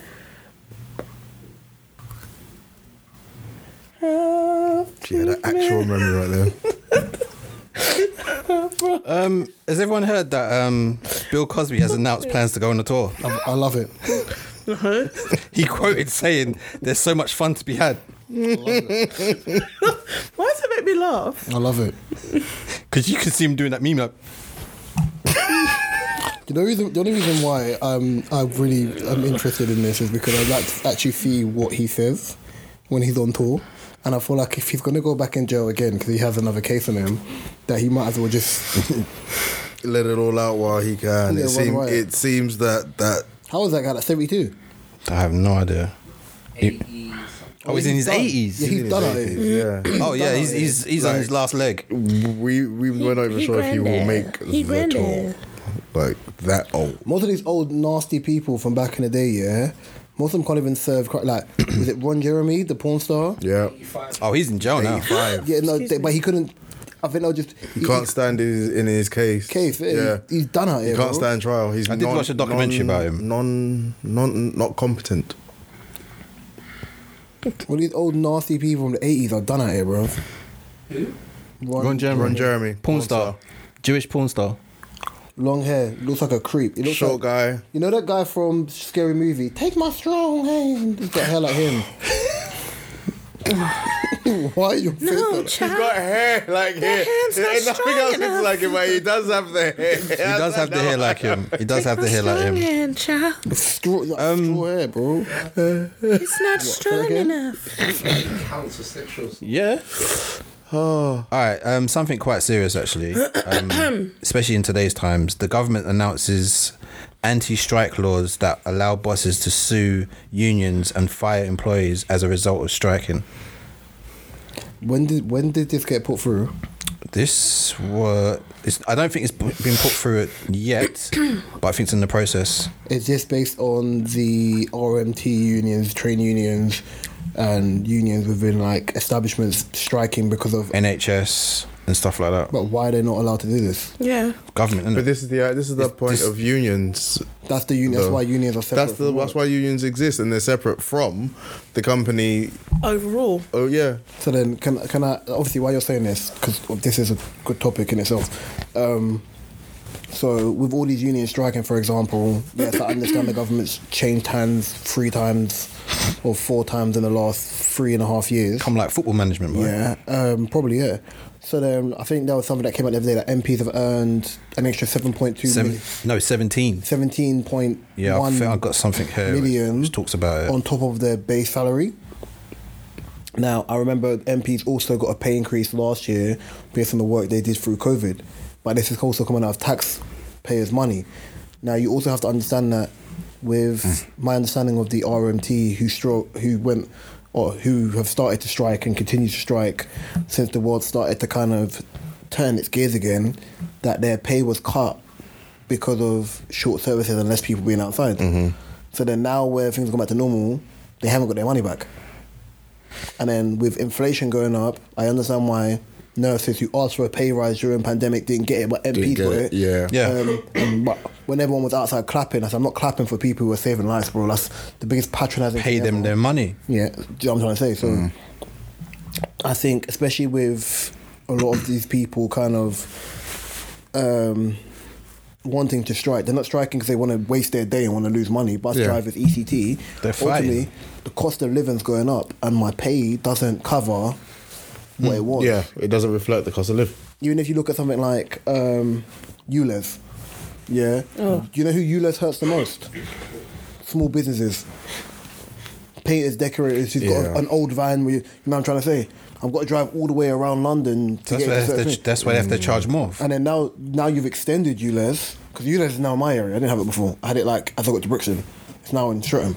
B: Uh,
C: She had an actual memory right there.
D: Um, has everyone heard that um, Bill Cosby has announced plans to go on a tour?
A: I, I love it.
D: He quoted saying, "There's so much fun to be had."
B: Why does it make me laugh?
A: I love it.
D: Because you could see him doing that meme like,
A: You know, reason, the only reason why um, I really am interested in this is because I'd like to actually see what he says when he's on tour. And I feel like if he's going to go back in jail again because he has another case on him, that he might as well just.
C: (laughs) Let it all out while he can.
A: Yeah,
C: it
A: run
C: seems
A: riot.
C: it seems that that
A: How was that guy? Like 72?
D: I have no idea. Oh, he's in his
A: done. Yeah,
D: eighties.
A: he's done
C: it
A: it.
C: is, Yeah.
D: Oh yeah, he's he's he's on his last leg.
C: (coughs) we we we're not even
B: he
C: sure if he will
B: grander.
C: make
B: He
C: the tour
B: grander.
C: like that old.
A: Most of these old nasty people from back in the day, yeah. Most of them can't even serve. cri- Like, (coughs) was it Ron Jeremy, the porn star?
C: Yeah,
D: Oh, he's in jail now.
C: eighty-five.
A: Yeah, no, they, but he couldn't. I think they'll just.
C: He can't stand in his, in his case. eh?
A: Case, yeah,
C: yeah.
A: he's- he's done out
C: He
A: here,
C: can't
A: bro.
C: stand trial. He's
D: I did
C: non-
D: watch a documentary
C: non-
D: about him.
C: Non, non, not competent.
A: All these old nasty people from the 80s are done out here, bro. Who?
D: Ron Jeremy.
C: Ron Jeremy,
D: Porn star. Jewish porn star.
A: long hair, looks like a creep. It looks
C: short
A: like,
C: guy.
A: You know that guy from Scary Movie? Take my strong hand. He's got hair like
C: (laughs)
A: him. (laughs) Why you?
B: No,
C: He's got
B: child.
C: hair like here.
B: hand's
C: There
B: not
C: ain't nothing
B: strong
C: else
B: enough.
C: looks like him, but he does have the hair. He
D: He does have the hair like him. He does have the hair like him.
B: Strong (laughs) child.
A: Straw, like
C: Um,
A: straw hair, bro.
B: It's not strong
A: again?
B: enough.
D: Yeah. Oh. All right. Um, something quite serious, actually. Um, especially in today's times, the government announces anti-strike laws that allow bosses to sue unions and fire employees as a result of striking.
A: When did when did this get put through?
D: This were. It's, I don't think it's b- been put through it
A: (coughs)
D: yet, but I think it's in the process.
A: Is this based on the RMT unions, trade unions, and unions within like establishments striking because of?
D: NHS and stuff like that.
A: But why are they not allowed to do this?
B: Yeah.
D: Government. innit?
C: But this is the uh, this is the
D: It's-
C: point
D: this-
C: of unions.
A: That's the union. That's
C: No.
A: why unions are separate.
C: That's the
A: from
C: that's
A: work.
C: why unions exist, and they're separate from the company.
B: Overall,
C: Oh yeah,
A: So then, can can I obviously why you're saying this because this is a good topic in itself. Um, so with all these unions striking, for example, yes, I understand the government's changed hands three times or four times in the last three and a half years.
D: Come like football management, right?
A: Yeah, um, probably yeah. So then, I think that was something that came out the other day that MPs have earned an extra seven point two
D: Seven,
A: million,
D: no, 17.
A: seventeen point one
D: Yeah, I think I got something here which-
A: million
D: which talks about it.
A: on top of their base salary. Now, I remember MPs also got a pay increase last year based on the work they did through COVID, but this is also coming out of taxpayers' money. Now, you also have to understand that with my understanding of the RMT who stro- who went or who have started to strike and continue to strike since the world started to kind of turn its gears again, that their pay was cut because of short services and less people being outside. So then now where things go back to normal, they haven't got their money back. And then with inflation going up, I understand why nurses who asked for a pay rise during pandemic didn't get it, but MPs
C: get
A: got it.
C: it, yeah.
D: Yeah.
A: Um, and- but when everyone was outside clapping, I said, I'm not clapping for people who are saving lives, bro. That's the biggest patronising.
D: Pay
A: thing
D: them
A: ever.
D: their money.
A: Yeah, do you know what I'm trying to say? So I think, especially with a lot of these people kind of um, wanting to strike. They're not striking because they want to waste their day and want to lose money. Bus
C: Yeah.
A: drivers, ECT.
D: They're fighting.
A: Ultimately, the cost of living's going up, and my pay doesn't cover what it was.
C: Yeah, it doesn't reflect the cost of living.
A: Even if you look at something like um, ULEZ, yeah. Do you know who ULEZ hurts the most? Small businesses. Painters, decorators. You've
C: Yeah.
A: got an old van. Where you, you know what I'm trying to say. I've got to drive all the way around London to get
D: That's why
A: into
D: they have
A: certain
D: to,
A: things.
D: that's why they have to charge more.
A: And then now, now you've extended ULEZ because ULEZ is now my area. I didn't have it before. I had it like as I got to Brixton. It's now in Shrewton.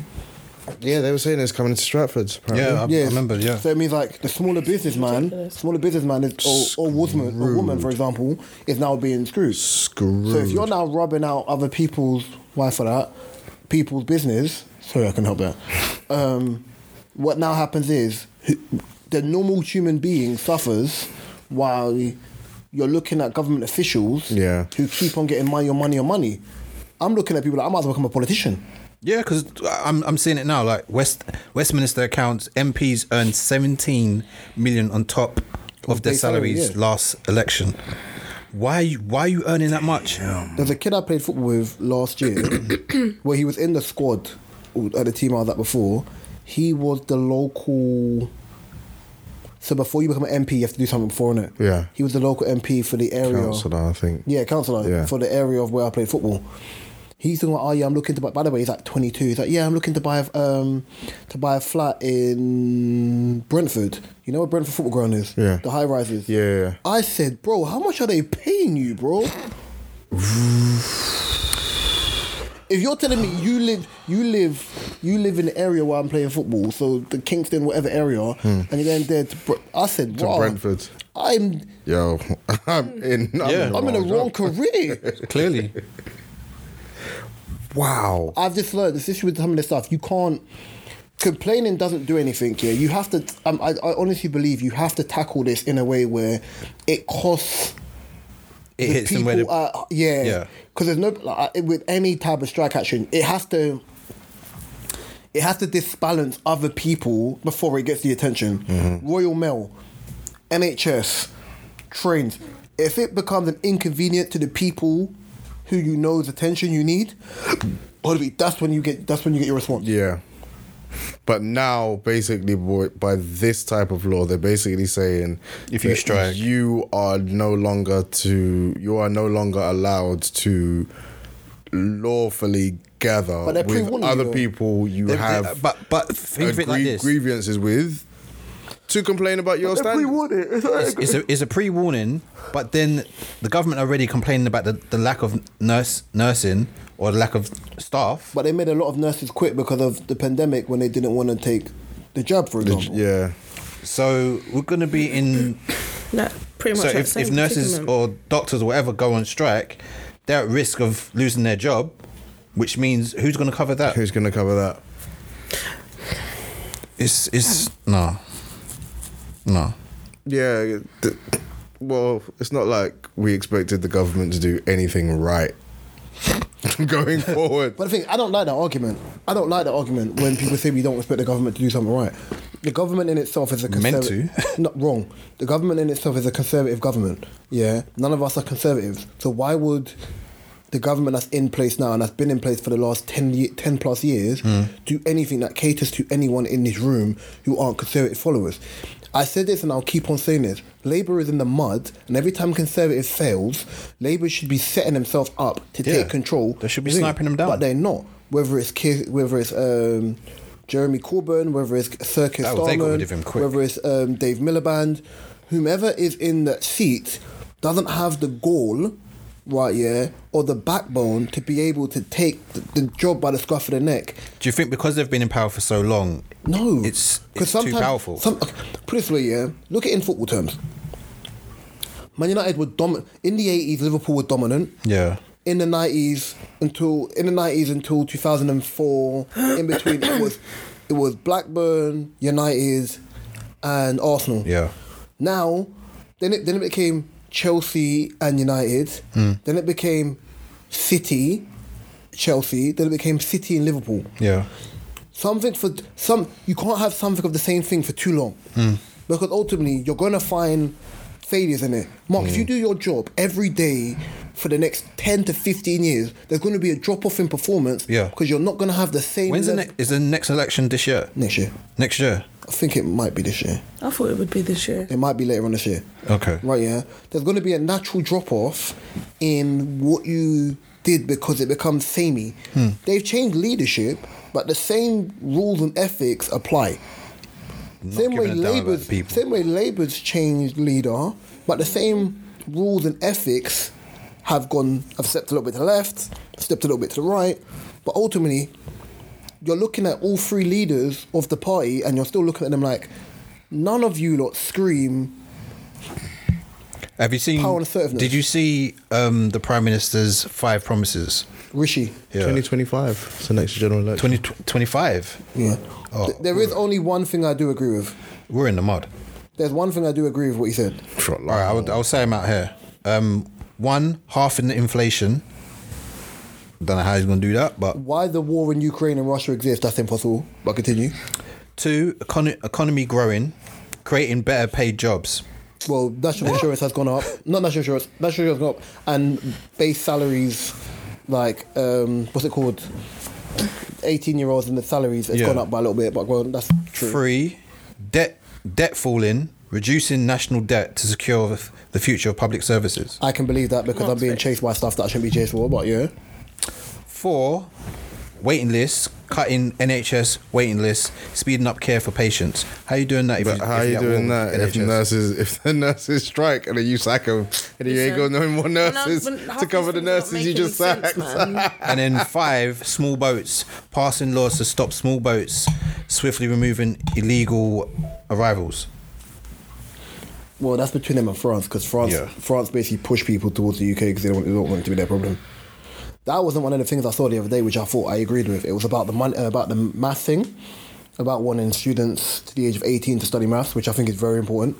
C: Yeah, they were saying it's coming to Stratford. Apparently.
D: Yeah, I-
A: Yeah,
D: remember, yeah.
A: So it means like the smaller businessman,
B: Ridiculous.
A: smaller businessman is, or, or woman, or woman, for example, is now being screwed.
C: Screwed.
A: So if you're now rubbing out other people's why for that, people's business. Sorry, I can help that. Um, what now happens is h- the normal human being suffers while you're looking at government officials
C: Yeah.
A: who keep on getting money on money on money. I'm looking at people like I might as well become a politician.
D: Yeah, because I'm I'm seeing it now. Like West Westminster accounts, MPs earned 17 million on top of their
A: base salary,
D: salaries
A: yeah.
D: last election. Why are you Why are you earning that much?
A: There's a kid I played football with last year (coughs) where he was in the squad at the team I was at before. He was the local. So before you become an MP, you have to do something before, innit?
C: Yeah.
A: He was the local MP for the area.
C: Councillor, I think.
A: Yeah, councillor
C: Yeah.
A: for the area of where I played football. He's talking about, oh yeah, I'm looking to buy. By the way, he's like 22. He's like, yeah, I'm looking to buy um to buy a flat in Brentford. You know where Brentford football ground is?
C: Yeah.
A: The high rises.
C: Yeah, yeah, yeah.
A: I said, bro, how much are they paying you, bro? If you're telling me you live, you live, you live in the area where I'm playing football, so the Kingston, whatever area, and you're going there to, Br- I said,
C: Hmm. To
A: wow,
C: Brentford.
A: I'm,
C: Yo, (laughs) I'm in. I'm
D: Yeah.
C: in the
A: I'm in the wrong
C: wrong job. (laughs)
A: career.
D: Clearly,
C: Wow.
A: I've just learned this issue with some of this stuff. You can't complaining doesn't do anything here. You have to. Um, I, I honestly believe you have to tackle this in a way where it costs.
D: it
A: the
D: hits them
A: people.
D: where they,
A: are, yeah,
D: Yeah.
A: Because there's no like, I- with any type of strike action, it has to. It has to disbalance other people before it gets the attention.
D: Mm-hmm.
A: Royal Mail, NHS, trains. If it becomes an inconvenient to the people who you know's attention you need, (clears throat) that's when you get that's when you get your response.
C: Yeah. But now, basically, boy, by this type of law, they're basically saying
D: If you
C: that
D: strike.
C: you are no longer to you are no longer allowed to lawfully gather
A: But they're
C: with
A: pre-warning you,
C: other
A: though.
C: people you
D: They- they-
C: have
D: but but think of it like
C: agree-
D: this:
C: grievances with to complain about your standards.
D: it's, it's a it's a pre warning, but then the government already complaining about the, the lack of nurse nursing or the lack of staff.
A: But they made a lot of nurses quit because of the pandemic when they didn't want to take the jab, for example.
C: yeah,
D: So we're gonna be in
B: That pretty much.
D: so
B: that
D: if,
B: same
D: if nurses
B: predicament.
D: or doctors or whatever go on strike, they're at risk of losing their job, which means who's going to cover that?
C: who's gonna cover that?
D: It's it's no, no.
C: Yeah, th- well, it's not like we expected the government to do anything right (laughs) going forward.
A: But the thing, I don't like that argument. I don't like that argument when people say we don't expect the government to do something right. The government in itself is a
D: Meant
A: conservative. not wrong. The government in itself is a conservative government. Yeah, none of us are conservatives. So why would the government that's in place now and that's been in place for the last 10, ye- 10 plus years do anything that caters to anyone in this room who aren't conservative followers? I said this and I'll keep on saying this. Labour is in the mud, and every time Conservative fails, Labour should be setting themselves up to
D: Yeah.
A: take control.
D: They should be sniping them down.
A: But they're not. Whether it's Keir, whether it's um, Jeremy Corbyn, whether it's Sir Keir
D: Oh, they got rid
A: Starmer,
D: of him quick.
A: whether it's um, Dave Miliband, whomever is in that seat doesn't have the goal, right? Yeah, or the backbone to be able to take the, the job by the scruff of the neck.
D: Do you think because they've been in power for so long?
A: No,
D: it's
A: 'Cause
D: it's too
A: sometimes-
D: powerful.
A: Some, okay, put it this way, yeah. Look at it in football terms. Man United were dominant in the eighties. Liverpool were dominant
D: yeah,
A: in the nineties until in the nineties until two thousand and four. In between, it was it was Blackburn, United, and Arsenal.
D: yeah.
A: Now, then it then it became Chelsea and United. Then it became City, Chelsea. Then it became City and Liverpool.
D: Yeah,
A: Something for some you can't have something of the same thing for too long
D: Hmm. Hmm.
A: because ultimately you're gonna find failures in it. Mark, if you do your job every day for the next 10 to 15 years, there's going to be a drop off in performance
D: Yeah.
A: because you're not going to have the same.
D: When's the
A: level-
D: next? Is the next election this year?
A: Next year.
D: Next year.
A: I think it might be this year.
B: I thought it would be this year.
A: It might be later on this year.
D: Okay.
A: Right, yeah. There's going to be a natural drop off in what you did because it becomes samey.
D: Hmm.
A: They've changed leadership, but the same rules and ethics apply. same way
D: giving a damn about
A: Labour's
D: the people.
A: same way Labour's changed leader, but the same rules and ethics have gone have stepped a little bit to the left, stepped a little bit to the right, but ultimately you're looking at all three leaders of the party and you're still looking at them like none of you lot scream
D: Have you seen?
A: Power and assertiveness.
D: Did you see um, the prime minister's five promises?
A: Rishi.
D: Yeah.
C: 2025. So next general election.
D: 20, 25?
A: Yeah.
D: Oh.
A: Th- there is only one thing I do agree with.
D: We're in the mud.
A: There's one thing I do agree with what he said.
D: All right, I'll, I'll say them out here. Um, one half in the inflation. Don't know how he's going to do that, but
A: Why the war in Ukraine and Russia exists, that's impossible. But continue.
D: two econ- economy growing, creating better paid jobs.
A: Well, national insurance has gone up. Not national insurance. National insurance has gone up. And base salaries, like, um, what's it called? 18 year olds and the salaries has
D: Yeah.
A: gone up by a little bit. But well, that's true.
D: Three, debt debt falling, reducing national debt to secure the f- the future of public services.
A: I can believe that because I'm being chased by stuff that I shouldn't be chased for. But yeah.
D: Four, waiting lists, cutting NHS waiting lists, speeding up care for patients. How you doing that? If
C: But how are you
D: at
C: doing
D: war
C: that
D: with
C: if
D: NHS?
C: nurses if the nurses strike and then you sack them and you ain't got no more nurses to cover the nurses you just sacked?
D: And then
C: (laughs)
D: five, small boats passing laws to stop small boats swiftly removing illegal arrivals.
A: Well, that's between them and France because France
D: Yeah.
A: France basically pushed people towards the UK because they don't, want- they don't want it to be their problem. That wasn't one of the things I saw the other day, which I thought I agreed with. It was about the mon- uh, about the math thing, about wanting students to the age of eighteen to study maths, which I think is very important.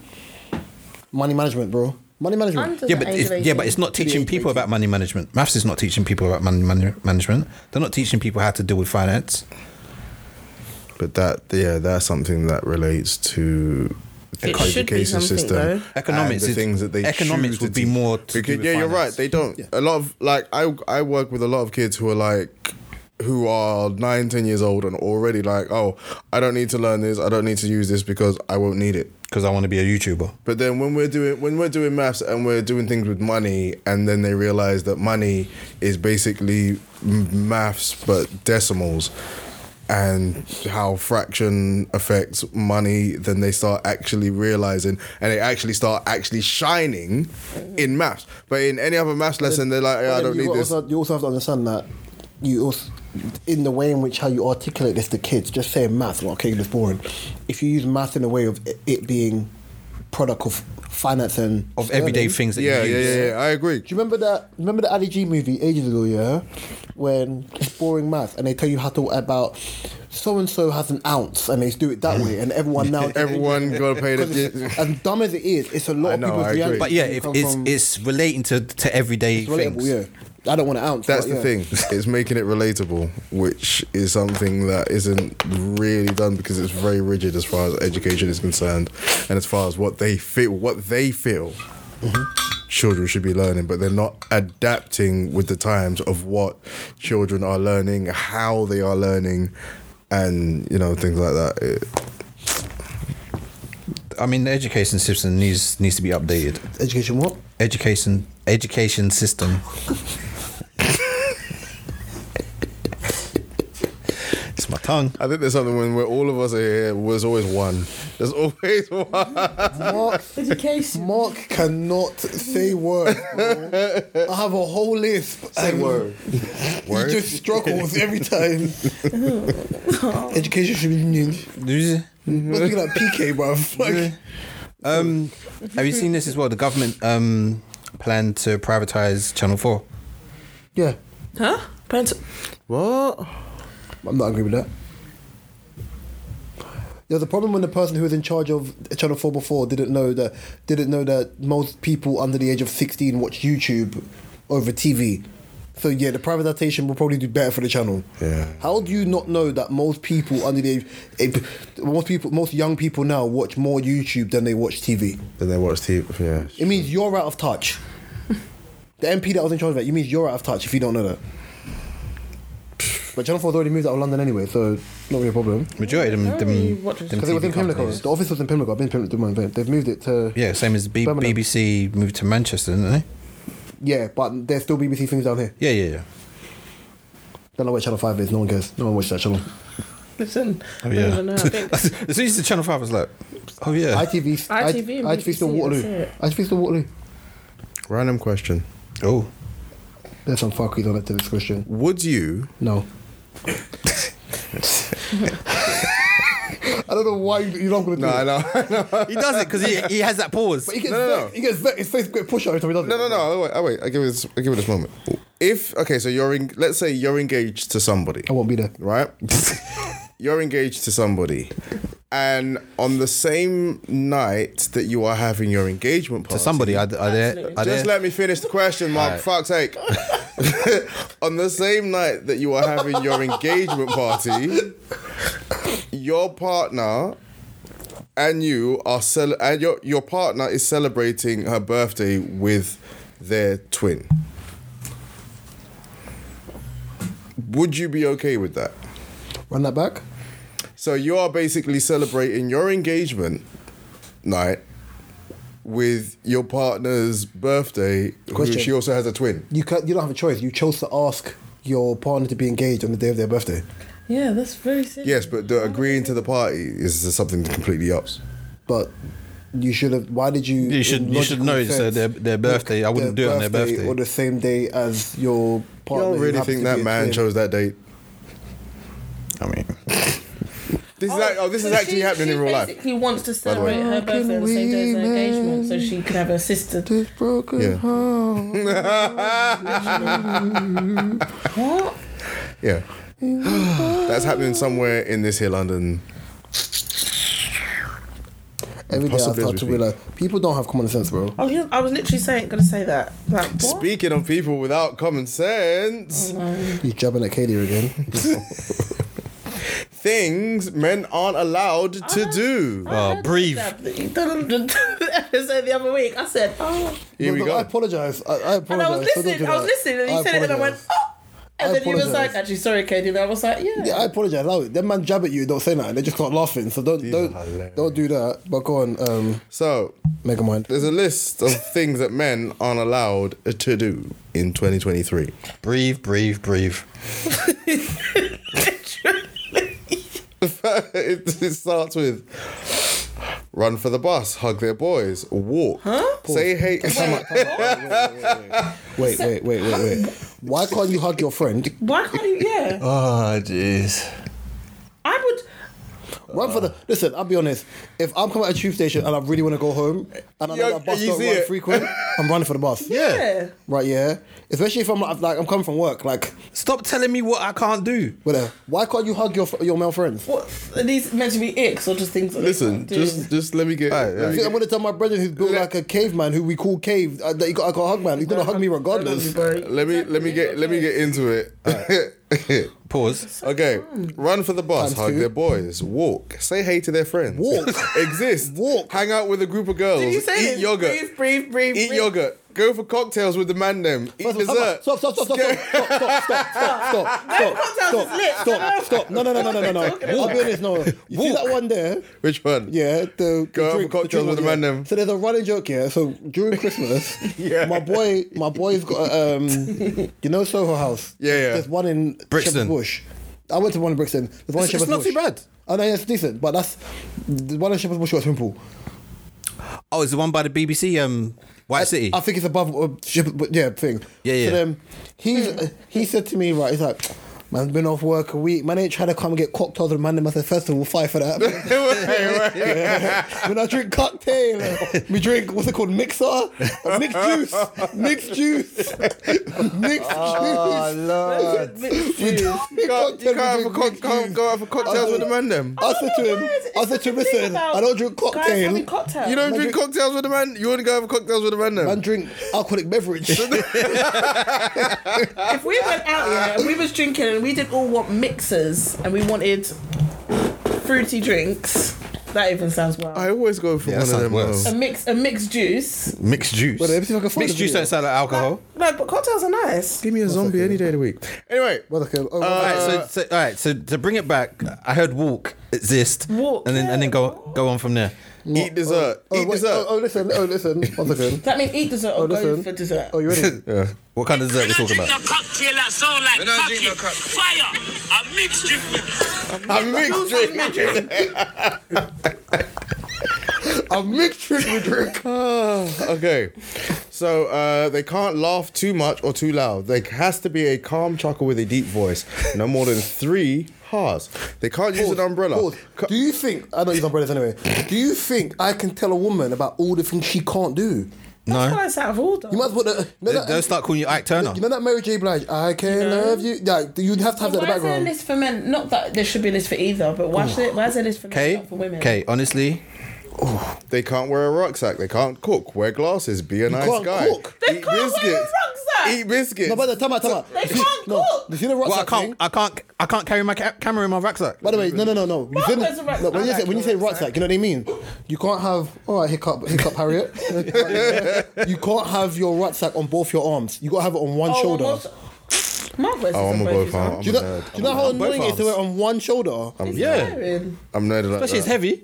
A: Money management, bro. Money management.
D: Yeah, but it's, yeah, but it's not teaching people about money management. Maths is not teaching people about money man- management. They're not teaching people how to deal with finance.
C: But that yeah, that's something that relates to the
B: It should be
C: education
B: something,
C: system.
B: though.
C: and
D: Economics
C: the
D: is-
C: things that they
D: economics
C: choose to
D: would be
C: teach.
D: more to do
C: Because-
D: with
C: yeah, you're
D: finance.
C: right. They don't. A lot of like I I work with a lot of kids who are like who are nine, ten years old and already like, oh, I don't need to learn this. I don't need to use this because I won't need it.
D: Because I want to be a YouTuber.
C: But then when we're doing when we're doing maths and we're doing things with money, and then they realize that money is basically m- maths but decimals, and how fraction affects money, then they start actually realizing, and they actually start actually shining in maths. But in any other maths lesson, they're like, yeah, I
A: But
C: don't
A: you
C: need this.
A: also, You also have to understand that you also, in the way in which how you articulate this to kids, just saying math, well, okay, it's boring. If you use math in a way of it- it being product of finance and
D: Of everyday
A: learning-
D: things that
C: Yeah,
D: you
C: yeah,
D: use.
A: (laughs)
C: yeah, yeah. I agree.
A: Do you remember that? Remember the Ali G movie ages ago, yeah, when it's boring math and they tell you how to about so and so has an ounce and they do it that way and everyone now
C: (laughs)
A: (laughs)
C: Everyone gotta pay the.
A: 'Cause it's- as dumb as it is, it's a lot
C: I
A: of
C: know,
A: people's
C: I agree.
A: reality.
D: But yeah,
A: that
D: if
A: come
D: it's
A: from-
D: it's relating to to everyday
A: it's relatable.
D: things.
A: Yeah, I don't want an ounce.
C: That's
A: but
C: the
A: yeah.
C: thing. It's making it relatable, which is something that isn't really done because it's very rigid as far as education is concerned, and as far as what they feel, what they feel, children should be learning, but they're not adapting with the times of what children are learning, how they are learning, and you know things like that. It,
D: I mean, the education system needs needs to be updated.
A: Education, what?
D: Education education system. it's my tongue.
C: I think there's something when where all of us are here. There's always one. There's always (laughs) one.
A: Mark,
B: Education.
A: Mark cannot say word. bro. I have a whole list. and
D: Word?
A: He just struggles every time. Education should be changed. Must (laughs) be like PK, bruv. Like,
D: Um, have you seen this as well? The government um plan to privatize Channel Four.
A: yeah,
B: Huh? Parents-
C: What?
A: I'm not agree with that. There's a problem when the person who was in charge of Channel Four before didn't know that didn't know that most people under the age of 16 watch YouTube over TV. So yeah, the privatization will probably do better for the channel.
C: Yeah.
A: How do you not know that most people under the age, if- most people, most young people now watch more YouTube than they watch TV?
C: Then they watch TV. Yeah.
D: (laughs)
A: It means you're out of touch. The MP that was in charge of it, you mean you're out of touch if you don't know that. But Channel 4's already moved out of London anyway, so not really a problem.
D: Majority of them,
B: Hey,
D: them,
B: what is-
D: them
A: Because it was
D: TV
A: in Pimlico.
D: companies.
A: The office was in Pimlico. I've been to Pimlico. They've moved it to.
D: Yeah, same as B-
A: Birmingham.
D: BBC moved to Manchester, didn't they?
A: Yeah, but there's still BBC things down here.
D: Yeah, yeah, yeah.
A: Don't know where Channel 5 is. No one cares. No one watches that channel.
B: Listen, I
D: Oh,
B: don't
D: yeah.
B: even know. I think
D: (laughs) as soon as the Channel 5 was like, oh, yeah.
A: ITV, I-
B: ITV and
A: ITV still
B: BBC,
A: Waterloo.
B: that's
A: ITV still Waterloo.
C: Random question.
D: oh.
A: There's some fuckies on that TV question.
C: Would you
D: (laughs)
A: No. I don't know why you- you're not going to do
C: No,
A: it.
C: I know, I know.
D: He does it because he, he has that pause.
A: But he gets,
C: No, no,
A: ve-
C: no.
A: He gets ve- his face gets pushed every time he does
C: No,
A: it.
C: no, no. I wait, I wait. I give it. This, I give it this moment. If okay, so you're in. Let's say you're engaged to somebody.
A: I won't be there.
C: Right. (laughs) you're engaged to somebody, and on the same night that you are having your engagement party,
D: To somebody, are, th- are there?
B: Absolutely.
D: Are
C: Just
D: there
C: let me finish the question, Mark. Fuck's sake. (laughs) On the same night that you are having your engagement party, your partner and you are cel- and your your partner is celebrating her birthday with their twin. Would you be okay with that?
A: Run that back.
C: So you are basically celebrating your engagement night with your partner's birthday, who
A: Question.
C: she also has a twin.
A: You can You don't have a choice. You chose to ask your partner to be engaged on the day of their birthday.
B: yeah, that's very serious.
C: Yes, but the agreeing to the party is something completely ups.
A: But you should have. Why did you?
D: You should-
A: in
D: you should
A: logical
D: know it's, uh,
A: sense,
D: their- their birthday. I
A: pick
D: wouldn't do it on their birthday.
A: or the same day as your
C: You
A: partner.
C: don't
A: who
C: really
A: happens
C: think
A: to be
C: that
A: a
C: man
A: twin.
C: chose that date?
D: I mean,
C: This is act- oh, this is
B: so
C: actually
B: she-
C: happening in
B: she
C: real life.
B: basically wants to
C: the way.
B: celebrate her birthday on the same day as her engagement, so she can have her sister.
A: This broken
C: Yeah.
A: heart.
B: (laughs) What?
C: (laughs) Yeah, that's happening somewhere in this here London.
A: Every day I
C: Possibly as
A: start
C: we
A: to
C: speak.
A: realize people don't have common sense, bro.
B: Oh, yeah, I was literally saying, gonna say that. Like, what?
C: Speaking of people without common sense,
A: He's jabbing at Katie
D: (laughs)
A: again.
C: things men aren't allowed
B: Ah.
C: to do.
D: Oh,
B: I heard
D: breathe.
B: that that you done on the episode the other week. I said, oh,
C: Here
A: (laughs) No,
C: we
A: no, I
C: go.
A: apologize. I, I apologize.
B: and I was
A: don't do
B: listening. I was
A: that.
B: listening, and you
A: I
B: said it, and I went,
A: apologise.
B: oh. And
A: I
B: then you was
A: apologise.
B: like, actually, sorry, Katie. And I was like, yeah.
A: Yeah, I apologize. Allow it. Them man jab at you, don't say nothing. They just start laughing. So don't
C: are
A: don't
C: hilarious.
A: don't do that. But go on, um,
C: So
A: Mega Mind.
C: there's a list of (laughs) things that men aren't allowed to do in 2023.
D: breathe, breathe, breathe.
C: (laughs) it, it starts with run for the bus, hug their boys, walk, say hey.
A: Wait, wait, wait, wait, wait. Why can't you hug your friend?
B: Why can't you? Yeah,
D: Oh, jeez.
B: I would.
A: Run for the listen. I'll be honest. If I'm coming at a tube station and I really want to go home, and I know
C: Yeah,
A: that bus
C: you
A: don't
C: see
A: run
C: it.
A: frequent, I'm running for the bus.
B: Yeah.
A: Right, yeah. Especially if I'm like, like I'm coming from work, like
D: Stop telling me what I can't do.
A: whatever. Why can't you hug your your male friends?
B: What are these meant to be icks or just things? That they
C: Listen,
B: can't do?
C: just just let me get. let me
A: See, I'm gonna tell my brother who's built like a caveman who we call cave uh, that he got, I got hug man. He's gonna hug me regardless.
C: Let me let me get let me get into it. (laughs)
D: Pause.
C: okay, run for the bus,
A: Times
C: hug
A: two.
C: their boys, walk, say hey to their friends,
A: Walk.
C: (laughs) exist,
A: Walk.
C: hang out with a group of girls,
B: Did you say
C: eat
B: this?
C: yogurt,
B: Breathe, breathe, breathe.
C: eat
B: breathe.
C: yogurt, go for cocktails with the man them, eat
A: Stop,
C: dessert.
A: Stop, stop, stop, stop, stop, stop, stop, stop, stop, stop,
B: (laughs) cocktails is lit.
A: stop, stop, stop. No, no, no, no, no, no, no. I'll be honest, no. You see that one there?
C: Which one?
A: Yeah, the the
C: Go out for
A: drink, the
C: cocktails
A: drink one,
C: with a
A: yeah.
C: man them.
A: So there's a running joke here. So during Christmas,
C: (laughs) Yeah.
A: my boy, my boy's got a,
C: (laughs)
A: um, you know Soho House.
C: Yeah, yeah.
A: There's one in
D: Brixton.
A: Shepherd's Bush. I went to one in Brixton. There's one
D: It's-
A: in
D: it's
A: Shepherd's
D: not
A: Bush.
D: too bad.
A: Oh no, yeah, it's decent, but that's the one in Shepherd's Bush was simple.
D: Oh, it's the one by the BBC, um, White City.
A: I think it's above, uh, ship, but yeah, thing.
D: Yeah, yeah.
A: So then he uh, he said to me, right, he's like, man's been off work a week. Man ain't trying to come and get cocktails with man. I said, first of all, fight for that. (laughs) when I drink cocktail, we drink what's it called, mixer, Uh, mixed juice, mixed juice, mixed
C: (laughs)
A: juice.
C: Oh, Lord.
A: We drink
C: You can't, you
A: cocktail, we
C: can't have a
A: drink
C: co-
A: mixed
C: can't
A: juice.
C: go out for cocktails with the man them.
A: I said to him,
B: Guys, it's
A: I said
B: such
A: to
B: a
A: him,
B: thing
A: listen,
B: about
A: I don't drink
B: Guys
A: cocktail.
B: having cocktails.
C: You don't drink cocktails with the man. You wouldn't go have cocktails with the man
A: Man
C: them.
A: drink alcoholic
C: (laughs)
A: beverage.
B: If we went out here and we was drinking and we did all want mixers and we wanted fruity drinks, That even sounds wild.
C: I always go for
D: Yeah,
C: one
D: that
C: of them.
D: sounds worse.
B: a
C: though.
B: mix, a mixed juice.
D: Mixed juice.
A: Well, everything I can find
D: Mixed
A: a
D: juice
A: video.
D: don't sound like alcohol.
B: No, but cocktails are nice.
C: Give me a zombie any day of the week. Anyway, uh,
A: Well, okay. Oh,
D: all
A: well,
D: right, so, so all right, so to bring it back, I heard walk exist,
B: Walk,
D: and then and then go go on from there.
C: eat dessert.
A: oh,
C: eat
A: wait,
C: dessert.
A: oh, oh, listen. Oh, listen. One second.
B: That means eat dessert or
A: Oh,
B: go
A: listen.
B: for dessert.
A: Oh, you
D: (laughs)
A: ready?
C: Yeah.
D: What kind of dessert are we
E: When I drink
D: talking about?
E: a cocktail that sound like
F: When I drink
E: fucking
F: a cock-
E: fire, I mix drink with
C: A mixed
A: (laughs)
C: drink.
A: A mixed drink with drink.
C: okay. So uh, they can't laugh too much or too loud. There has to be a calm chuckle with a deep voice. No more than three ha's. They can't use an umbrella.
A: Pause.
C: Ca-
A: Do you think I don't use umbrellas anyway? Do you think I can tell a woman about all the things she can't do?
B: That's
D: No,
B: why it's out of order.
A: You might as well. Uh, know that-
D: don't start calling you Ike Turner.
A: You know that Mary J. Blige, I can love you. Like, you'd have to have that in the
B: why is there a
A: background.
B: list for men? Not that there should be a list for either, but why, should it, why is there a list for men
D: Okay,
B: not for women?
D: okay. Honestly,
C: They can't wear a rucksack. They can't cook. Wear glasses. Be a nice
A: can't
C: guy.
A: cook?
B: They can't wear a rucksack.
C: Eat biscuits.
A: No, by the time I tell
B: They can't
A: no,
B: cook.
A: You see the
D: well, I
A: rucksack
D: can't
A: thing?
D: I can't I can't carry my ca- camera in my rucksack.
A: By the way, no, no, no, no. You
B: Fuck,
A: see the-
B: there's a rucksack.
A: no, when, you
B: I
A: say,
B: like
A: when you
B: the
A: say
B: rucksack.
A: rucksack, you know what I mean? You can't have, all right, hiccup, hiccup, Harriet. you can't have your rucksack on both your arms. you got to have it on one
B: Oh,
A: shoulder.
B: what's- Marvelous.
C: Oh,
B: is
C: I'm a
B: both
C: blow
B: user.
C: farm.
A: do you know, do you know how
D: on both
A: annoying it is to wear it on one shoulder?
B: It's
D: Yeah.
B: tiring.
C: I'm nerded like
D: Especially it's
C: that.
D: heavy.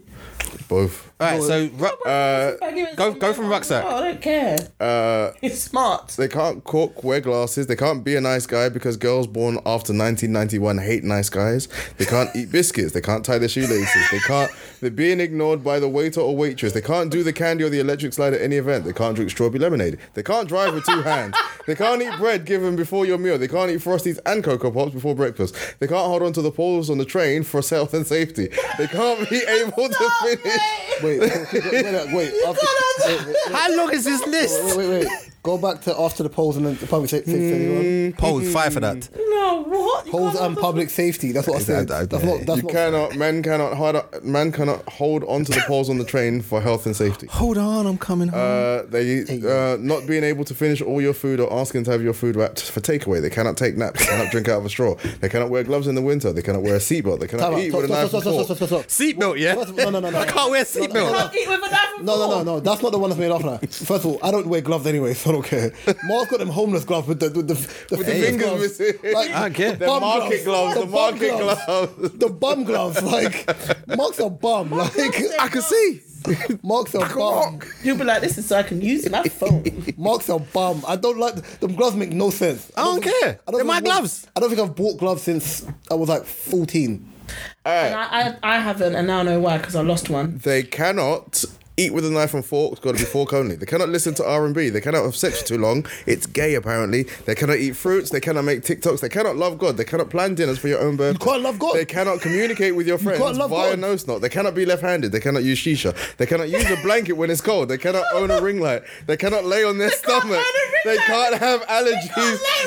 C: Both.
D: All right, so ru-
B: Uh,
D: go- go from rucksack.
B: Oh, I don't care.
A: Uh,
B: it's
A: (laughs)
B: smart.
C: They can't cook, wear glasses. They can't be a nice guy because girls born after 1991 hate nice guys. They can't eat biscuits. They can't tie their shoelaces. They can't. They're being ignored by the waiter or waitress. They can't do the candy or the electric slide at any event. They can't drink strawberry lemonade. They can't drive with two hands. They can't eat bread given before your meal. They can't eat frosties and cocoa pops before breakfast. They can't hold on to the poles on the train for (laughs) health and safety. They can't be able to finish.
A: Wait, wait, wait, wait. after- wait, wait,
D: how long is this list?
A: wait, wait, wait. Go back to after the polls and then the public safety. Mm.
D: Polls five for that.
B: No, what? You
A: Polls
B: can't
A: and
B: have
A: public safety. That's what I said.
D: I- I-
A: That's not. That's
C: you
A: not.
C: cannot, man cannot hold, man cannot hold onto the poles on the train for health
A: (laughs)
C: and safety.
D: Hold on, I'm coming home.
C: Uh, they uh, not being able to finish all your food or asking to have your food wrapped for takeaway. They cannot take naps. They cannot drink out of a straw. They cannot wear gloves in the winter. They cannot wear a seatbelt. They cannot
A: Time out.
C: eat
A: Stop,
C: with a knife
A: stop,
C: and
A: stop,
C: fork.
A: stop, stop, stop, stop.
D: Seatbelt, yeah.
A: First of all- No, no, no, no.
D: (laughs) I can't wear
B: You
D: seatbelt.
A: (laughs)
B: can't eat with a knife and
A: No, no, no,
B: fork.
A: no. That's not the one that's made off now. First of all, I don't wear gloves anyway, (laughs) so I don't care. Mark's got them homeless gloves with the with the, the
C: The fingers missing.
A: Like,
D: I don't care.
C: The
A: bum
C: market gloves. The
A: bum
C: market gloves.
A: The bum gloves. Like Mark's a bum. Like
B: I can
A: see. Mark's a bum.
B: You'll be like, this is so I can
A: (laughs)
B: use my phone.
A: Mark's a bum. I don't like them gloves. Make no sense.
D: I don't
A: think-
D: care. They're
A: think
D: my
A: I've-
D: gloves.
A: I don't think I've bought gloves since I was like fourteen.
B: and I, I, I haven't, and now I know why because I
A: (laughs)
B: lost one.
C: They cannot eat with a knife and fork. It's got to be fork only. They cannot listen to R and B. They cannot have sex for too long. It's gay apparently. They cannot eat fruits. They cannot make TikToks. They cannot love God. They cannot plan dinners for your own birthday.
A: can't love God.
C: They cannot communicate with your friends
A: can't love
C: via
A: God.
C: no snot. They cannot be left-handed. They cannot use shisha. They cannot use a blanket when it's cold. They cannot own a ring light. They cannot lay on their
B: can't own
C: stomach.
B: a
C: (laughs) They
B: ring light.
C: can't have
B: lay
C: allergies.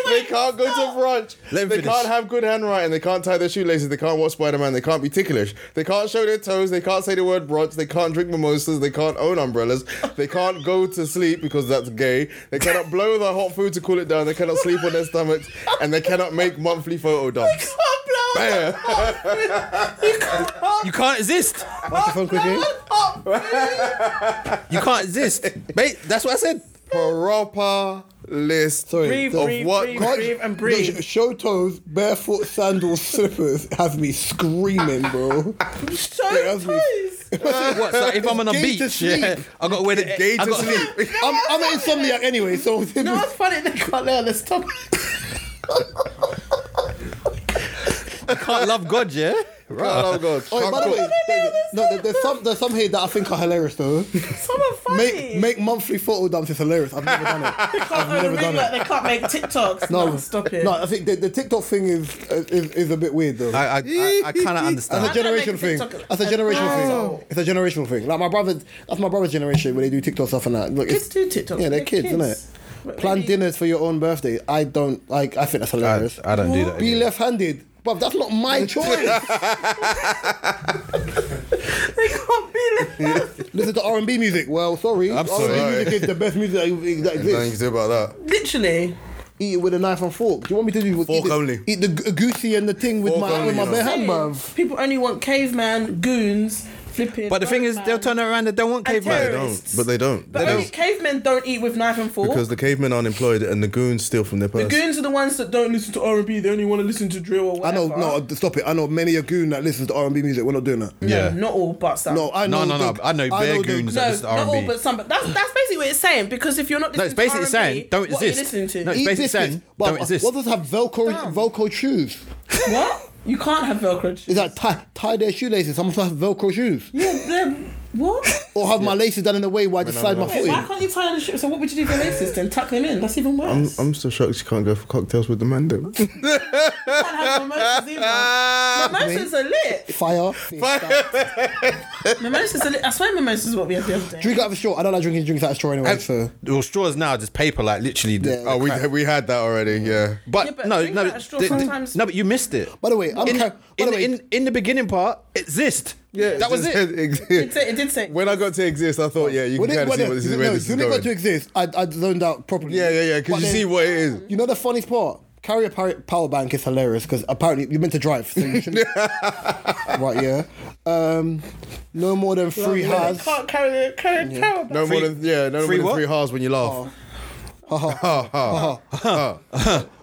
B: when
C: They
B: it's
C: can't go to
B: cold.
C: brunch.
D: Let him
C: They
D: finish.
C: can't have good handwriting. They can't tie their shoelaces. They can't watch Spider Man. They can't be ticklish. They can't show their toes. They can't say the word brunch. They can't drink mimosas. They can't own umbrellas. They can't go to sleep because that's gay. They cannot blow their hot food to cool it down. They cannot sleep on their stomachs. And they cannot make monthly photo dumps.
B: Can't blow
C: Bam.
D: You can't exist.
A: Microphone quickly.
D: You can't (laughs) exist. Mate, that's what I said.
C: Proper list
A: Sorry.
B: Breathe,
C: of
B: breathe,
C: what.
B: breathe,
A: Can't-
B: breathe and
A: no,
B: breathe.
A: sh- show toes, barefoot sandals, slippers has me screaming,
D: (laughs)
A: bro.
B: Show
A: that's me. (laughs)
B: toes.
D: What? So if I'm on a
A: Gay to
D: beach,
A: sleep.
D: yeah, I got to wear the
C: Gay
D: I
C: to
D: got-
C: sleep.
A: I'm, I'm an insomniac anyway, so (laughs)
B: No, it's funny they can't lay on the stomach.
D: I can't love God, yeah.
C: Oh, God.
A: Oh, by the way, there- no, there- there's some there's some here that I think are hilarious though.
B: (laughs) Some are funny.
A: Make make monthly photo dumps is hilarious. I've never done it.
D: (laughs)
B: they can't own a
A: never
B: ring
A: done
B: light.
A: it.
B: They can't make TikToks. No,
A: No,
B: stop it.
A: No, I think the, the TikTok thing is is, is a bit weird though.
D: I I, I, I (laughs) kind of
A: That's a
D: understand.
B: don't make
A: generation
B: a
A: thing.
B: TikTok
A: That's a
B: at
A: generational
B: all.
A: thing. It's a generational thing. Like my brother, that's my brother's generation where they do TikTok stuff and that. Look,
B: kids
A: it's-
B: do TikToks.
A: Yeah, they're
B: They're
A: kids,
B: kids.
A: innit?
B: But
A: Plan
B: maybe-
A: dinners for your own birthday. I don't like. I think that's hilarious.
D: I don't do that.
A: Be
D: anymore.
A: left-handed, but that's not
B: (laughs)
A: my choice.
B: (laughs) they can't be
A: (laughs)
B: left.
A: Listen to R and B music. Well, sorry,
D: I'm
A: R&B
D: sorry.
A: music is the best music that, that
C: Nothing you
A: exists.
C: can do about that.
B: Literally.
A: Eat it with a knife and fork. Do you want me to do
C: Fork
A: eat the,
C: only.
A: Eat the g- goosey and the thing with
C: Fork
A: my
C: only,
A: with my
C: you
A: bare
C: know.
A: hand, bruv.
B: People only want caveman goons Flipping
D: But the thing is, they'll turn it around. They don't want
B: And
C: They
D: cavemen.
B: terrorists.
C: don't, but they don't.
B: But
C: they
B: only
C: don't.
B: cavemen don't eat with knife and fork.
C: Because the cavemen are unemployed and the goons steal from their
B: the
C: purse.
B: goons are the ones that don't listen to R and B. They only want to listen to drill or
A: I know,
B: whatever.
A: no, stop it. I know many a goon that listens to R&B music. We're not doing that.
B: No, not all, but some.
A: No, I know.
D: No, no, no.
A: the-
D: I know bare
A: the-
D: goons that
B: No,
D: listen to
B: not all,
D: R&B.
B: but some. But that's that's basically what it's saying. Because if you're not
D: No,
B: listening
D: it's basically
B: to R&B,
D: saying don't
B: what
D: exist.
B: Are you listening to?
D: No, it's
A: Eat
D: basically
A: biscuits,
D: saying
A: but
D: don't exist.
A: What does have Velcro
B: Damn.
A: Velcro shoes?
B: what? You can't have Velcro.
A: Is that tie tie their shoelaces? I'm supposed to have Velcro shoes,
B: Yeah, then- what?
A: or have my laces done in a way where I just slide my foot
B: Wait, why
A: in.
B: can't you tie the shoe? So what would you do for racist then? Tuck them in? That's even
C: I'm,
B: worse.
C: I'm still shocked you can't go for cocktails with the man. though.
B: I can't have mimosas either. Mimosas are lit.
A: Fire.
B: Mimosas are lit. I swear mimosas is what we had the other day.
A: Drink out of a straw. I don't like drinking drinks out of straw anyway. so
D: Well, straws now are just paper, like literally. the-
A: Yeah.
C: (laughs) oh, we we had that already. Yeah.
D: But,
B: Yeah, but
D: no,
B: drink
D: no,
B: out of straw
D: the- the-
B: sometimes-
D: no, but you missed it.
A: By the way, I'm
D: in,
A: ca- by
D: in,
A: the way-
D: in, in the beginning part, exist.
C: Yeah.
D: that was
C: just-
D: it.
B: It, said- it did say.
C: (laughs) when I got to exist, I thought, yeah, you
A: when
C: can
A: it,
C: kind of
A: when
C: see
A: it,
C: what this is,
A: no,
C: where this is
A: when it
C: going.
A: got to exist, I, I zoned out properly.
C: yeah, yeah, yeah.
A: But
C: Because you
A: then-
C: see what it is.
A: You know the funniest part? Carry a par- power bank is hilarious because apparently you're meant to drive. So
C: (laughs)
A: you shouldn't. right, yeah. Um, no more than three
B: I
A: has.
B: can't carry the carry the power back.
C: No more than yeah, no
D: free
C: more
D: what?
C: than three halves when you laugh.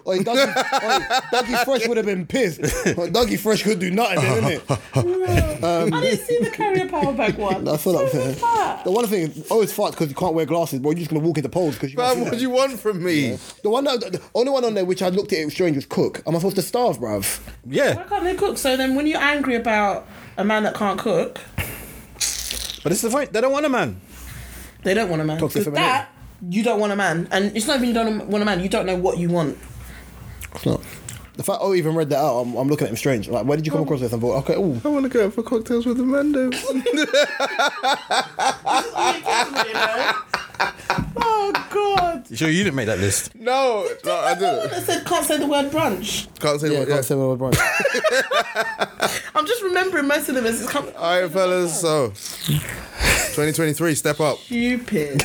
A: Oi, Dougie, oi, Dougie Fresh would have been pissed. Oi, Dougie Fresh could do nothing, then, innit?
B: I didn't see the carrier
A: (laughs)
B: power back one.
A: I feel like
B: What was that?
A: the one thing is always fucked because you can't wear glasses, bro. You're just gonna walk into poles because you. can't see
C: Man, (laughs) what do
A: nothing.
C: you want from me?
A: The one that, the only one on there which I looked at it was strange was Cook. Am I supposed to starve, bruv?
B: Why
D: Yeah,
B: can't they cook? So then, when you're angry about a man that can't cook,
D: but this is the point. They don't want a man.
B: they don't want a man.
A: Toxic
B: With
A: femininity.
B: that, you don't want a man, and it's not even you don't want a man. You don't know what you want.
A: It's not. The fact I even read that out, I'm, I'm looking at him strange. Like, where did you come across this? I thought, okay, ooh.
C: I want to go out for cocktails with Amanda.
B: oh God!
D: You sure you didn't make that list?
C: no, no, I
B: I
C: didn't.
B: said can't say the word brunch.
C: Can't say
A: Yeah,
C: what.
A: I
C: Yeah.
A: can't say my brand.
B: I'm just remembering most of them as it's come.
C: All right, fellas. So, 2023, step up.
B: Stupid.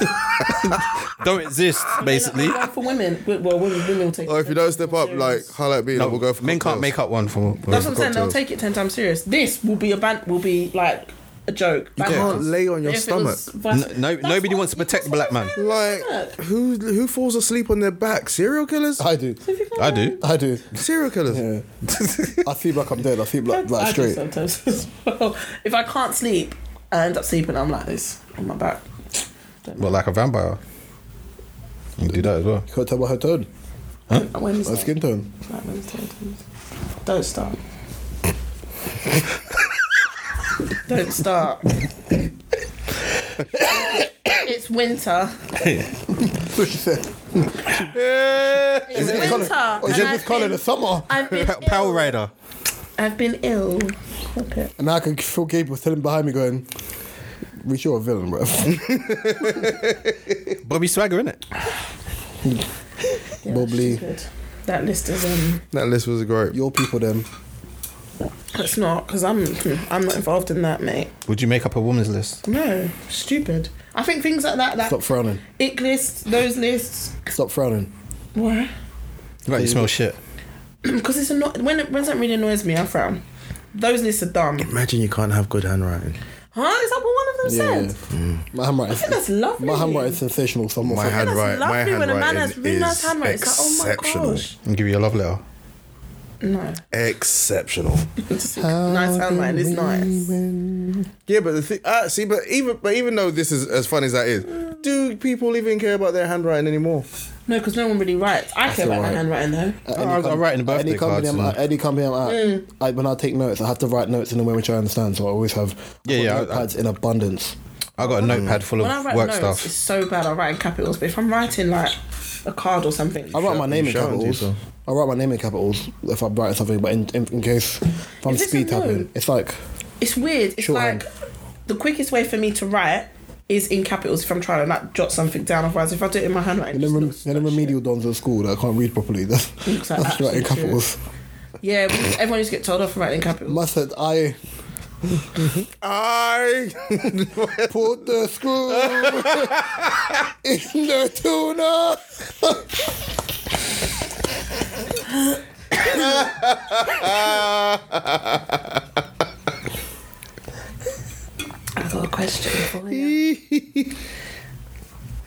B: (laughs)
D: Don't exist, basically.
B: Like, for women, well, women, women will take.
C: Or if you don't step up, like highlight me,
D: No,
C: then we'll go for.
D: men can't
C: cocktails.
D: make up one for. for
B: That's what I'm saying. They'll
C: cocktails.
B: take it ten times serious. This will be a ban. Will be like a joke. You
C: can't lay on your
D: No- no- nobody wants to protect the black man.
C: Like who who falls asleep on their back? Serial killers?
A: I do.
D: I do.
A: I do.
C: Serial killers.
A: Yeah. I feel like I'm dead. I feel
B: (laughs)
A: like,
B: I
A: like
B: do
A: straight.
B: sometimes as well. If I can't sleep, I end up sleeping. I'm like this on my back.
D: Well, like a vampire. You can do that as well.
A: Can't tell by her tone,
B: Like Wednesday.
A: her skin tone.
B: Like Wednesday. Wednesday. Don't start. Don't start. it's winter.
A: That's what she said.
B: It's
A: it
B: winter.
A: colour- Is
B: and
A: it this
B: I've
A: colour in
B: been-
A: the summer?
B: I've
A: (laughs)
B: been
D: Pa- Power
B: ill.
D: Rider.
B: I've been ill. Stop it.
A: And I can feel Gabe was telling behind me, going, "We sure a villain, bro."
D: Bobby Swagger, innit?
B: (laughs) Yeah,
A: Bubbly.
B: that's stupid. That list is um.
C: That list was great.
A: Your people, them.
B: It's not because I'm I'm not involved in that, mate.
D: Would you make up a woman's list?
B: No, stupid. I think things like that, that
A: Stop frowning.
B: ick lists, those lists.
A: Stop frowning.
B: Why? (clears throat)
D: Like you smell shit.
B: Because it's anno- when when something really annoys me, I frown. Those lists are dumb.
C: Imagine you can't have good handwriting.
B: Huh? Is that what one of them
A: Yeah. Mm.
B: said?
A: My handwriting.
B: I think that's lovely.
A: My handwriting is sensational. Somewhat.
C: My
B: That's
C: handwriting. My
B: lovely when a
C: handwriting
B: man has really
C: is
B: nice handwriting. It's like, oh my
C: exceptional.
B: gosh.
D: And give you a love letter.
B: No.
C: Exceptional.
B: Just nice handwriting is nice.
C: Yeah, but the thing, uh, see, but even but even though this is as fun as that is, do people even care about their handwriting anymore?
B: No, because no one really writes. I care about my
A: alright.
B: handwriting though.
A: At
D: I
A: any
D: was- I write in the
A: at any
D: birthday
A: company
D: cards
A: I'm at,
D: and-
A: any company I'm at,
B: Mm.
A: I, when I take notes, I have to write notes in a way which I understand. So I always have I've
D: Yeah,
A: got
D: yeah, I-
A: notepads in abundance.
D: I got a notepad full
B: Mm. When I
D: of
B: write
D: work
B: notes, (laughs) it's
D: stuff.
B: so bad I write in capitals. But if I'm writing like a card or something,
A: I write my name in
C: shout into
A: capitals.
C: yourself.
A: I write my name in capitals if I'm writing something, but in, in, in case if I'm
B: Is this a
A: speed tapping,
B: note?
A: it's like
B: it's weird. It's
A: Shorthand.
B: like the quickest way for me to write is in capitals if I'm trying to like jot something down. Otherwise, if I do it in my handwriting, it
A: and then,
B: just
A: rem-
B: looks
A: and then
B: like shit.
A: remedial dons at school that I can't read properly. That's,
B: Looks like
A: that's right in
B: absolute shit.
A: capitals.
B: Yeah, we- everyone used to get told off for writing in capitals.
A: Must said I
C: I (laughs)
A: put the
B: (laughs)
A: screw in the tuna.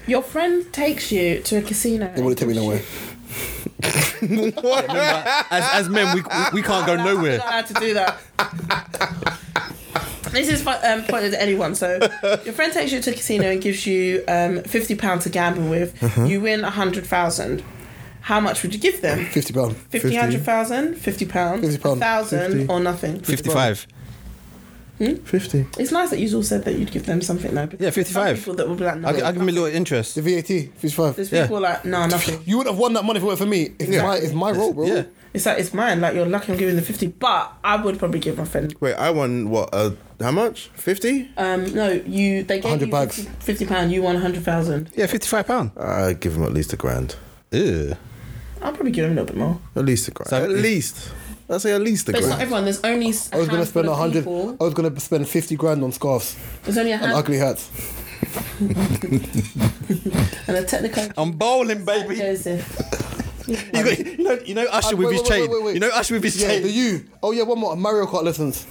B: Your friend takes you to a casino.
A: They want to take me nowhere.
D: As, as men, we, we, we can't go
B: You're
D: nowhere.
B: not allowed to do
D: (laughs)
B: that. this is fu- um, pointed at anyone.
D: (laughs)
B: So your friend takes you to a casino and gives you um, fifty pounds to gamble with.
D: Uh-huh.
B: You win a hundred thousand. How much would you give them?
A: Fifty pound.
B: 50, 100,000, 50 pounds,
A: 50 pound.
B: 1,000
A: 50.
B: or nothing.
D: 55.
C: Fifty.
B: It's nice that you all said that you'd give them something though. because
D: Yeah,
B: some
D: 55.
B: People that will be like, no,
D: I'll, gi- I'll give him a little interest.
A: The VAT. Fifty-five.
B: There's
D: yeah.
B: people like, no, nothing.
A: You would have won that money if it were for me. It's
C: Yeah.
A: my it's my role, bro.
D: Yeah.
B: It's like, it's mine. Like, you're lucky I'm giving the 50, but I would probably give my friend.
C: Wait, I won what? Uh, how much? Fifty?
B: Um, no, you, they gave
A: 100
B: you
A: bags.
B: 50, 50 pound, you won 100,000.
D: Yeah, 55 pound.
C: I Uh, give him at least a grand.
D: Ew.
B: I'll probably give him a little bit more.
C: At least a grand.
D: So-
C: at least. I say at least a
B: But it's not
C: grand.
B: everyone. There's only
A: I was gonna spend a hundred.
B: people.
A: I was gonna spend fifty grand on scarves
B: There's only a
A: and
B: hand
A: ugly hats.
B: and a technical.
D: I'm bowling, Oh, baby.
B: Joseph.
D: You, got, you know, you know Usher
A: Uh,
D: with
A: wait,
D: his
A: wait, wait,
D: chain.
A: wait, wait.
D: You know Usher with his
A: Yeah,
D: chain.
A: the you. Oh yeah, one more Mario Kart lessons.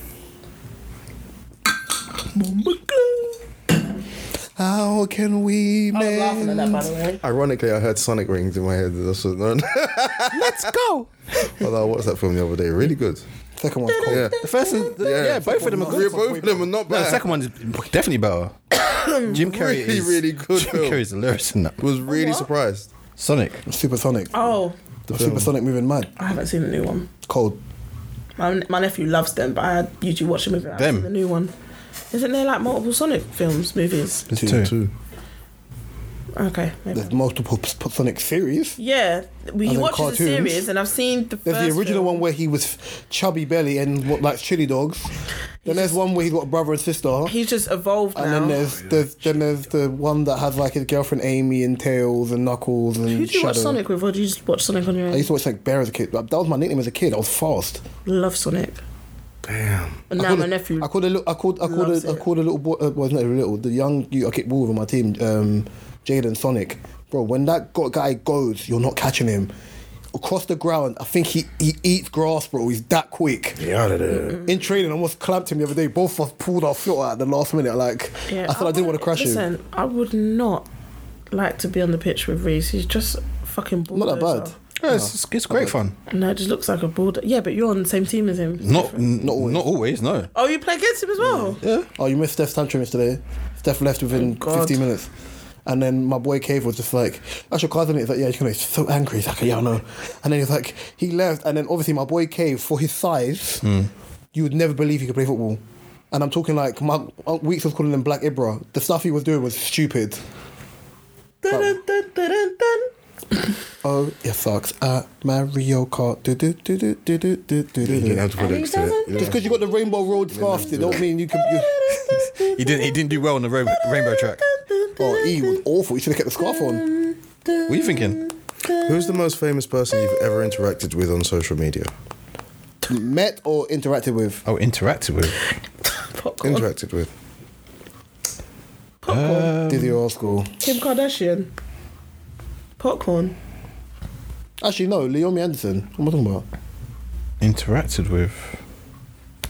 A: How can we
B: I was
A: make?
B: laughing at that, by the way.
C: Ironically, I heard Sonic rings in my head. That's what, (laughs)
D: (laughs) Let's go.
C: although I watched that film the other day. Really good.
A: Second one. Cold.
C: Yeah.
D: The first, is- the- Oh. yeah, both of them are
C: Yeah,
D: good.
C: both of them are not
D: No,
C: bad.
D: the second one's definitely better. Jim Carrey
C: Really,
D: is
C: really good
D: Jim
C: film.
D: Carrey's hilarious in that.
C: was really
B: What?
C: surprised.
D: Sonic.
A: Supersonic.
B: Oh,
A: Supersonic moving mad.
B: I haven't seen the new one.
A: Cold.
B: My, my nephew loves them, but I had usually watch them with him. I haven't
D: Them?
B: seen The new one. Isn't there like multiple Sonic films, movies?
D: There's
A: Two.
C: Two.
B: Okay, maybe.
A: There's multiple P- P- Sonic series.
B: Yeah, we he
A: then
B: watches
A: cartoons.
B: the series, and I've seen the
A: There's
B: first.
A: the original
B: film.
A: one where he was chubby belly and what like chili dogs. Then there's one where he's got a brother and sister.
B: He's just evolved
A: And
B: now.
A: then there's there's then there's the one that has like his girlfriend Amy and Tails and Knuckles and
B: Who do you
A: Shadow.
B: watch Sonic with, or do you just watch Sonic on your
A: I
B: own?
A: used to watch Sonic Bear as a kid. That was my nickname as a kid. I was fast.
B: Love Sonic.
C: Damn.
B: And now
A: called
B: my
A: a-
B: nephew.
A: I called a little. I called. I called.
B: Loves
A: A, I
B: it.
A: called a little boy. Uh, well, not a little. The young. You, I kicked ball on my team. Um, Jaden Sonic, bro. When that go- guy goes, you're not catching him. Across the ground, I think he, he eats grass, bro. He's that quick.
C: Yeah, I did.
A: In training, I almost clamped him the other day. Both of us pulled our foot out at the last minute. Like
B: Yeah,
A: I thought, I, didn't want to
B: wouldn't-
A: crash him.
B: listen, I would not like to be on the pitch with Reese. He's just a fucking.
A: Not that bad.
B: bulldozer.
D: Yeah, it's, it's, it's great fun.
B: No, it just looks like a bulldozer. Yeah, but you're on the same team as him.
A: Mm.
D: Not not always. Not always. No.
B: Oh, you play against him as well.
A: Oh, you missed Steph's tantrum yesterday. Steph left within
B: Oh, God.
A: 15 minutes. And then my boy Cave was just like, that's your cousin. He's like, yeah, he's gonna- he's so angry. He's like, yeah, I know. And then he's like, he left. And then obviously my boy Cave, for his size, you would never believe he could play football. And I'm talking like, my Aunt Weeks was calling him Black Ibra. The stuff he was doing was stupid.
B: Dun, dun, dun, dun, dun, dun.
A: Oh, it sucks. Uh, Mario Kart. Do, do, do, do, do, do, do, do,
C: You didn't
A: do.
C: have to put
B: And he
C: X to it.
B: doesn't-
C: Yeah.
A: Just because you got the Rainbow Road scarf, it don't mean you can. You,
D: He didn't. He didn't do well on the rainbow, rainbow track.
A: oh, he was awful. You should have kept the scarf on.
D: What are you thinking?
C: Who's the most famous person you've ever interacted with on social media?
A: Met or interacted with?
D: Oh, interacted with.
B: (laughs) Popcorn.
C: Interacted with.
B: Popcorn.
A: Dizzy old school.
B: Kim Kardashian. Popcorn.
A: Actually, no, Leomi Anderson. What am I talking about?
D: Interacted with.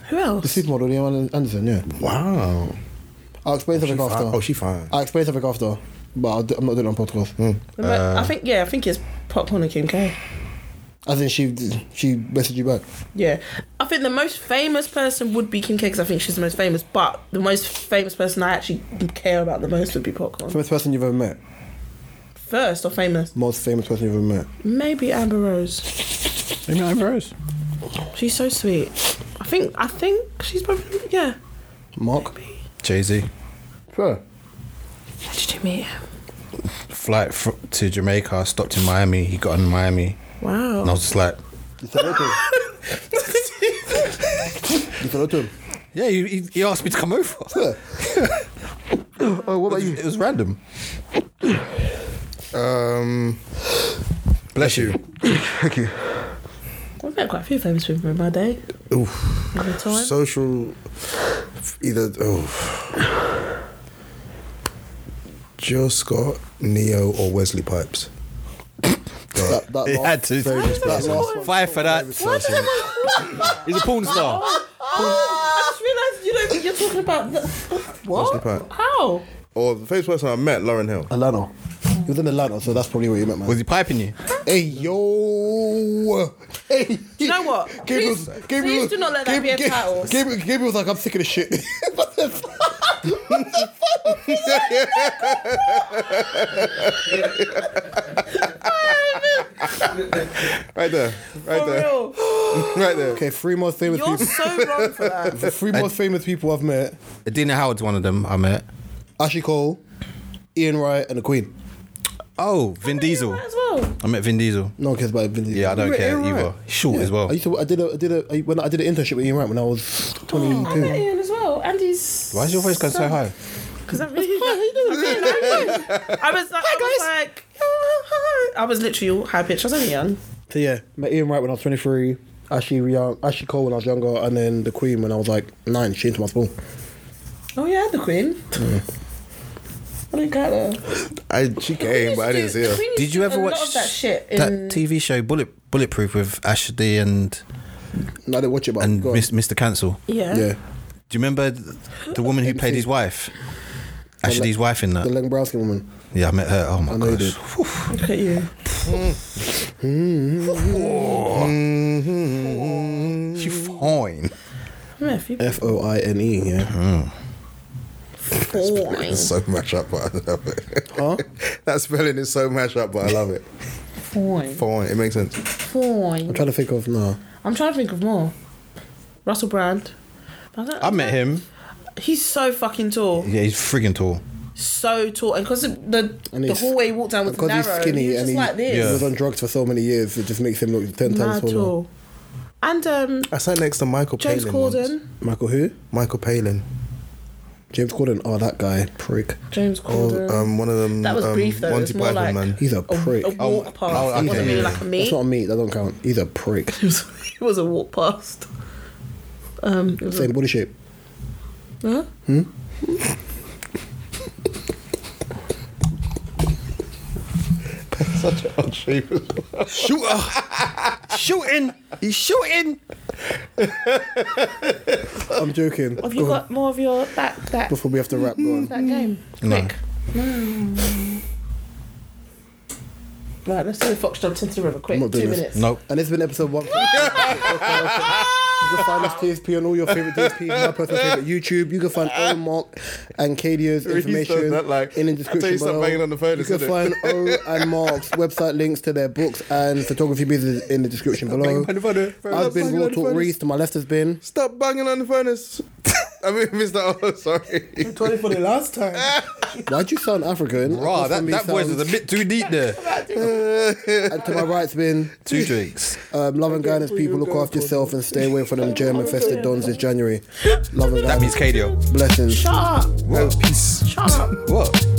B: Who
A: The
B: else?
A: supermodel, Leomi Anderson, yeah.
C: Wow.
A: I'll explain
C: She
A: something
C: fine.
A: after.
C: Oh, she fine.
A: I'll explain something after, but I'll do, I'm not doing it on podcast.
B: Am I- I think yeah, I think it's Popcorn and Kim K.
A: As in, she she messaged you back.
B: Yeah, I think the most famous person would be Kim K because I think she's the most famous. But the most famous person I actually care about the most would be Popcorn.
A: Famous person you've ever met?
B: First or famous?
A: Most famous person you've ever met?
B: Maybe Amber Rose.
D: Amy Amber Rose.
B: She's so sweet. I think I think she's probably yeah.
A: Mark?
D: Jay Z.
A: Sure.
B: How did you meet? her?
D: Flight fr- to Jamaica. Stopped in Miami. He got in Miami,
B: Wow.
D: and I was just like,
A: (laughs) You said hello to him. you said hello to him.
D: Yeah, he, he, he asked me to come over.
A: (laughs)
D: (laughs)
A: Yeah. oh, what about you?
D: It was random. Uh,
C: Um,
D: Bless you.
B: I've met quite a few famous people in my day. Oof. Over time.
C: social. Either. Oh. Joe Scott, Neo, or Wesley Pipes.
A: That, that
D: He
A: last-
D: had to.
A: (laughs) that last one.
D: Five for that.
B: Why does everyone-
D: He's a porn star.
B: Oh,
D: Oh.
B: I just realised you don't.
D: (laughs)
B: You're talking about the,
C: Wesley
B: what?
C: Pipes.
B: How?
C: Or the first person I met, Lauren Hill.
A: Alana. was in Atlanta, so that's probably what you meant, man.
D: Was he piping you?
A: Hey yo! Hey, do
B: you know what?
A: Gabriel, was,
B: Please- please
A: Gabriel, was-
B: do not let that be a
A: Gabriel,
B: title.
A: Gabriel, Gabriel was like, "I'm sick of this shit." (laughs) What the fuck?
C: Right
B: For
C: there. Right there.
B: real.
C: (gasps) Right there.
A: okay, three most famous
B: You're
A: people.
B: so wrong for
D: (laughs)
B: that.
A: Three most famous people I've met:
D: Adina Howard's one of them I met.
A: Ashley Cole, Ian Wright, and the Queen.
D: Oh, Vin Diesel.
B: As well.
D: I met Vin Diesel.
A: No one cares about Vin Diesel.
D: Yeah, I don't
A: Ian Wright-
D: care
A: Ian Wright.
D: either. Short as well.
A: I used to. I did a. I did a. I, when I did an internship with Ian Wright when I was 22.
B: Oh, I met Ian as well. Andy's.
D: Why is your voice going so high?
B: Because I'm really. I was like, I was like, oh, hi. I was literally all high pitched. I was only young.
A: So yeah, met Ian Wright when I was 23. Ashley, young, Ashley Cole when I was younger, and then the Queen when I was like nine. She into my school.
B: Oh yeah, the Queen. I didn't get her.
C: I, she came, but I didn't see her.
D: Did you ever
B: a
D: watch
B: lot of that shit?
D: that
B: in-
D: TV show Bullet Bulletproof with Ashley and
A: No, I didn't watch it, but
D: and
A: go on.
D: Mis- Mr. Cancel?
B: yeah.
A: yeah,
D: Do you remember th- the woman who played his wife? Ashley's wife in
A: the
D: that.
A: long brown skin woman.
D: Yeah, I met her. Oh my
A: know you
D: gosh.
A: did.
D: Whew.
B: Look at you.
C: Mm-hmm.
D: She fine.
B: I met a few
A: F O I N E.
D: Uh-huh.
A: Yeah.
B: people.
C: It's so mashed up, but I love it.
A: Huh?
C: (laughs) that spelling is so mashed up, but I love it.
B: Fine.
C: Fine, it makes sense.
A: I'm
B: Fine.
A: trying to think of no.
B: I'm trying to think of more. Russell Brand. I don't-
D: I met him.
B: He's so fucking tall.
A: Mm.
D: Yeah, he's friggin' tall.
B: so tall, and because the
A: And
B: the
A: he's-
B: hallway he walked down was
A: Because
B: narrow,
A: he's skinny
B: he was
A: and
B: just
A: he,
B: like
A: he
B: this,
A: was on drugs for so many years, it just makes him look ten times
B: mad
A: taller.
B: tall. And um,
C: I sat next to Michael
B: James
C: Palin. once.
B: Corden,
A: Michael who?
C: Michael Palin.
A: James Corden. Oh, that guy, prick.
B: James Corden.
C: Oh, um, one of them.
B: That was
C: um,
B: brief, though.
C: Monty
B: It's more
C: Python
B: like-
C: man.
A: He's a
B: a,
A: prick.
B: a walk
D: Oh,
B: past.
D: oh,
B: it
D: okay,
B: wasn't really
D: yeah.
B: like a
A: That's
B: meet. (laughs)
A: not me. That don't count. He's a prick.
B: it, was, it was a walk past. Um, it was
A: Same body shape.
B: a- huh?
C: Such an (laughs) odd shape.
D: (laughs) Shooting. He's shooting.
A: I'm joking.
B: Have you
A: Go on.
B: got more of your that that
A: Before we have to wrap, go
B: (laughs)
A: on.
B: that game?
D: No.
B: Quick. Right, let's do the fox jump into the river. Quick,
A: I'm not
B: two
A: doing this.
B: minutes.
D: Nope.
A: And it's been episode one. you can find us TSP on all your favorite DSP, my personal favorite YouTube. You can find O Mark and Kadia's
C: Reece does
A: information
C: that, like,
A: in the
C: I tell
A: description
C: you stop
A: below.
C: banging on the phone,
A: you can
C: isn't it?
A: find O and Mark's website links to their books and photography business in the description below.
C: banging on the phone.
A: I've been
C: Stop banging
A: Raw
C: on the
A: Talk
C: phone.
A: Reese. To my left has been.
C: Stop banging on the furnace. (laughs) I mean, Mr. Oh, sorry.
A: Twenty for the last
C: (laughs)
A: time. Why'd you sound African?
D: Raw,
A: Across
D: that,
A: from me
D: that voice is a
A: sounds-
D: bit too deep there.
A: And to my right's been.
D: Two drinks.
A: Um, love and guidance, people. Look after yourself and stay away from them German festive dons this January. Love and
D: That means
A: guidance.
D: KDO.
A: Blessings.
B: Shut up!
C: Peace.
B: Shut up!
D: What?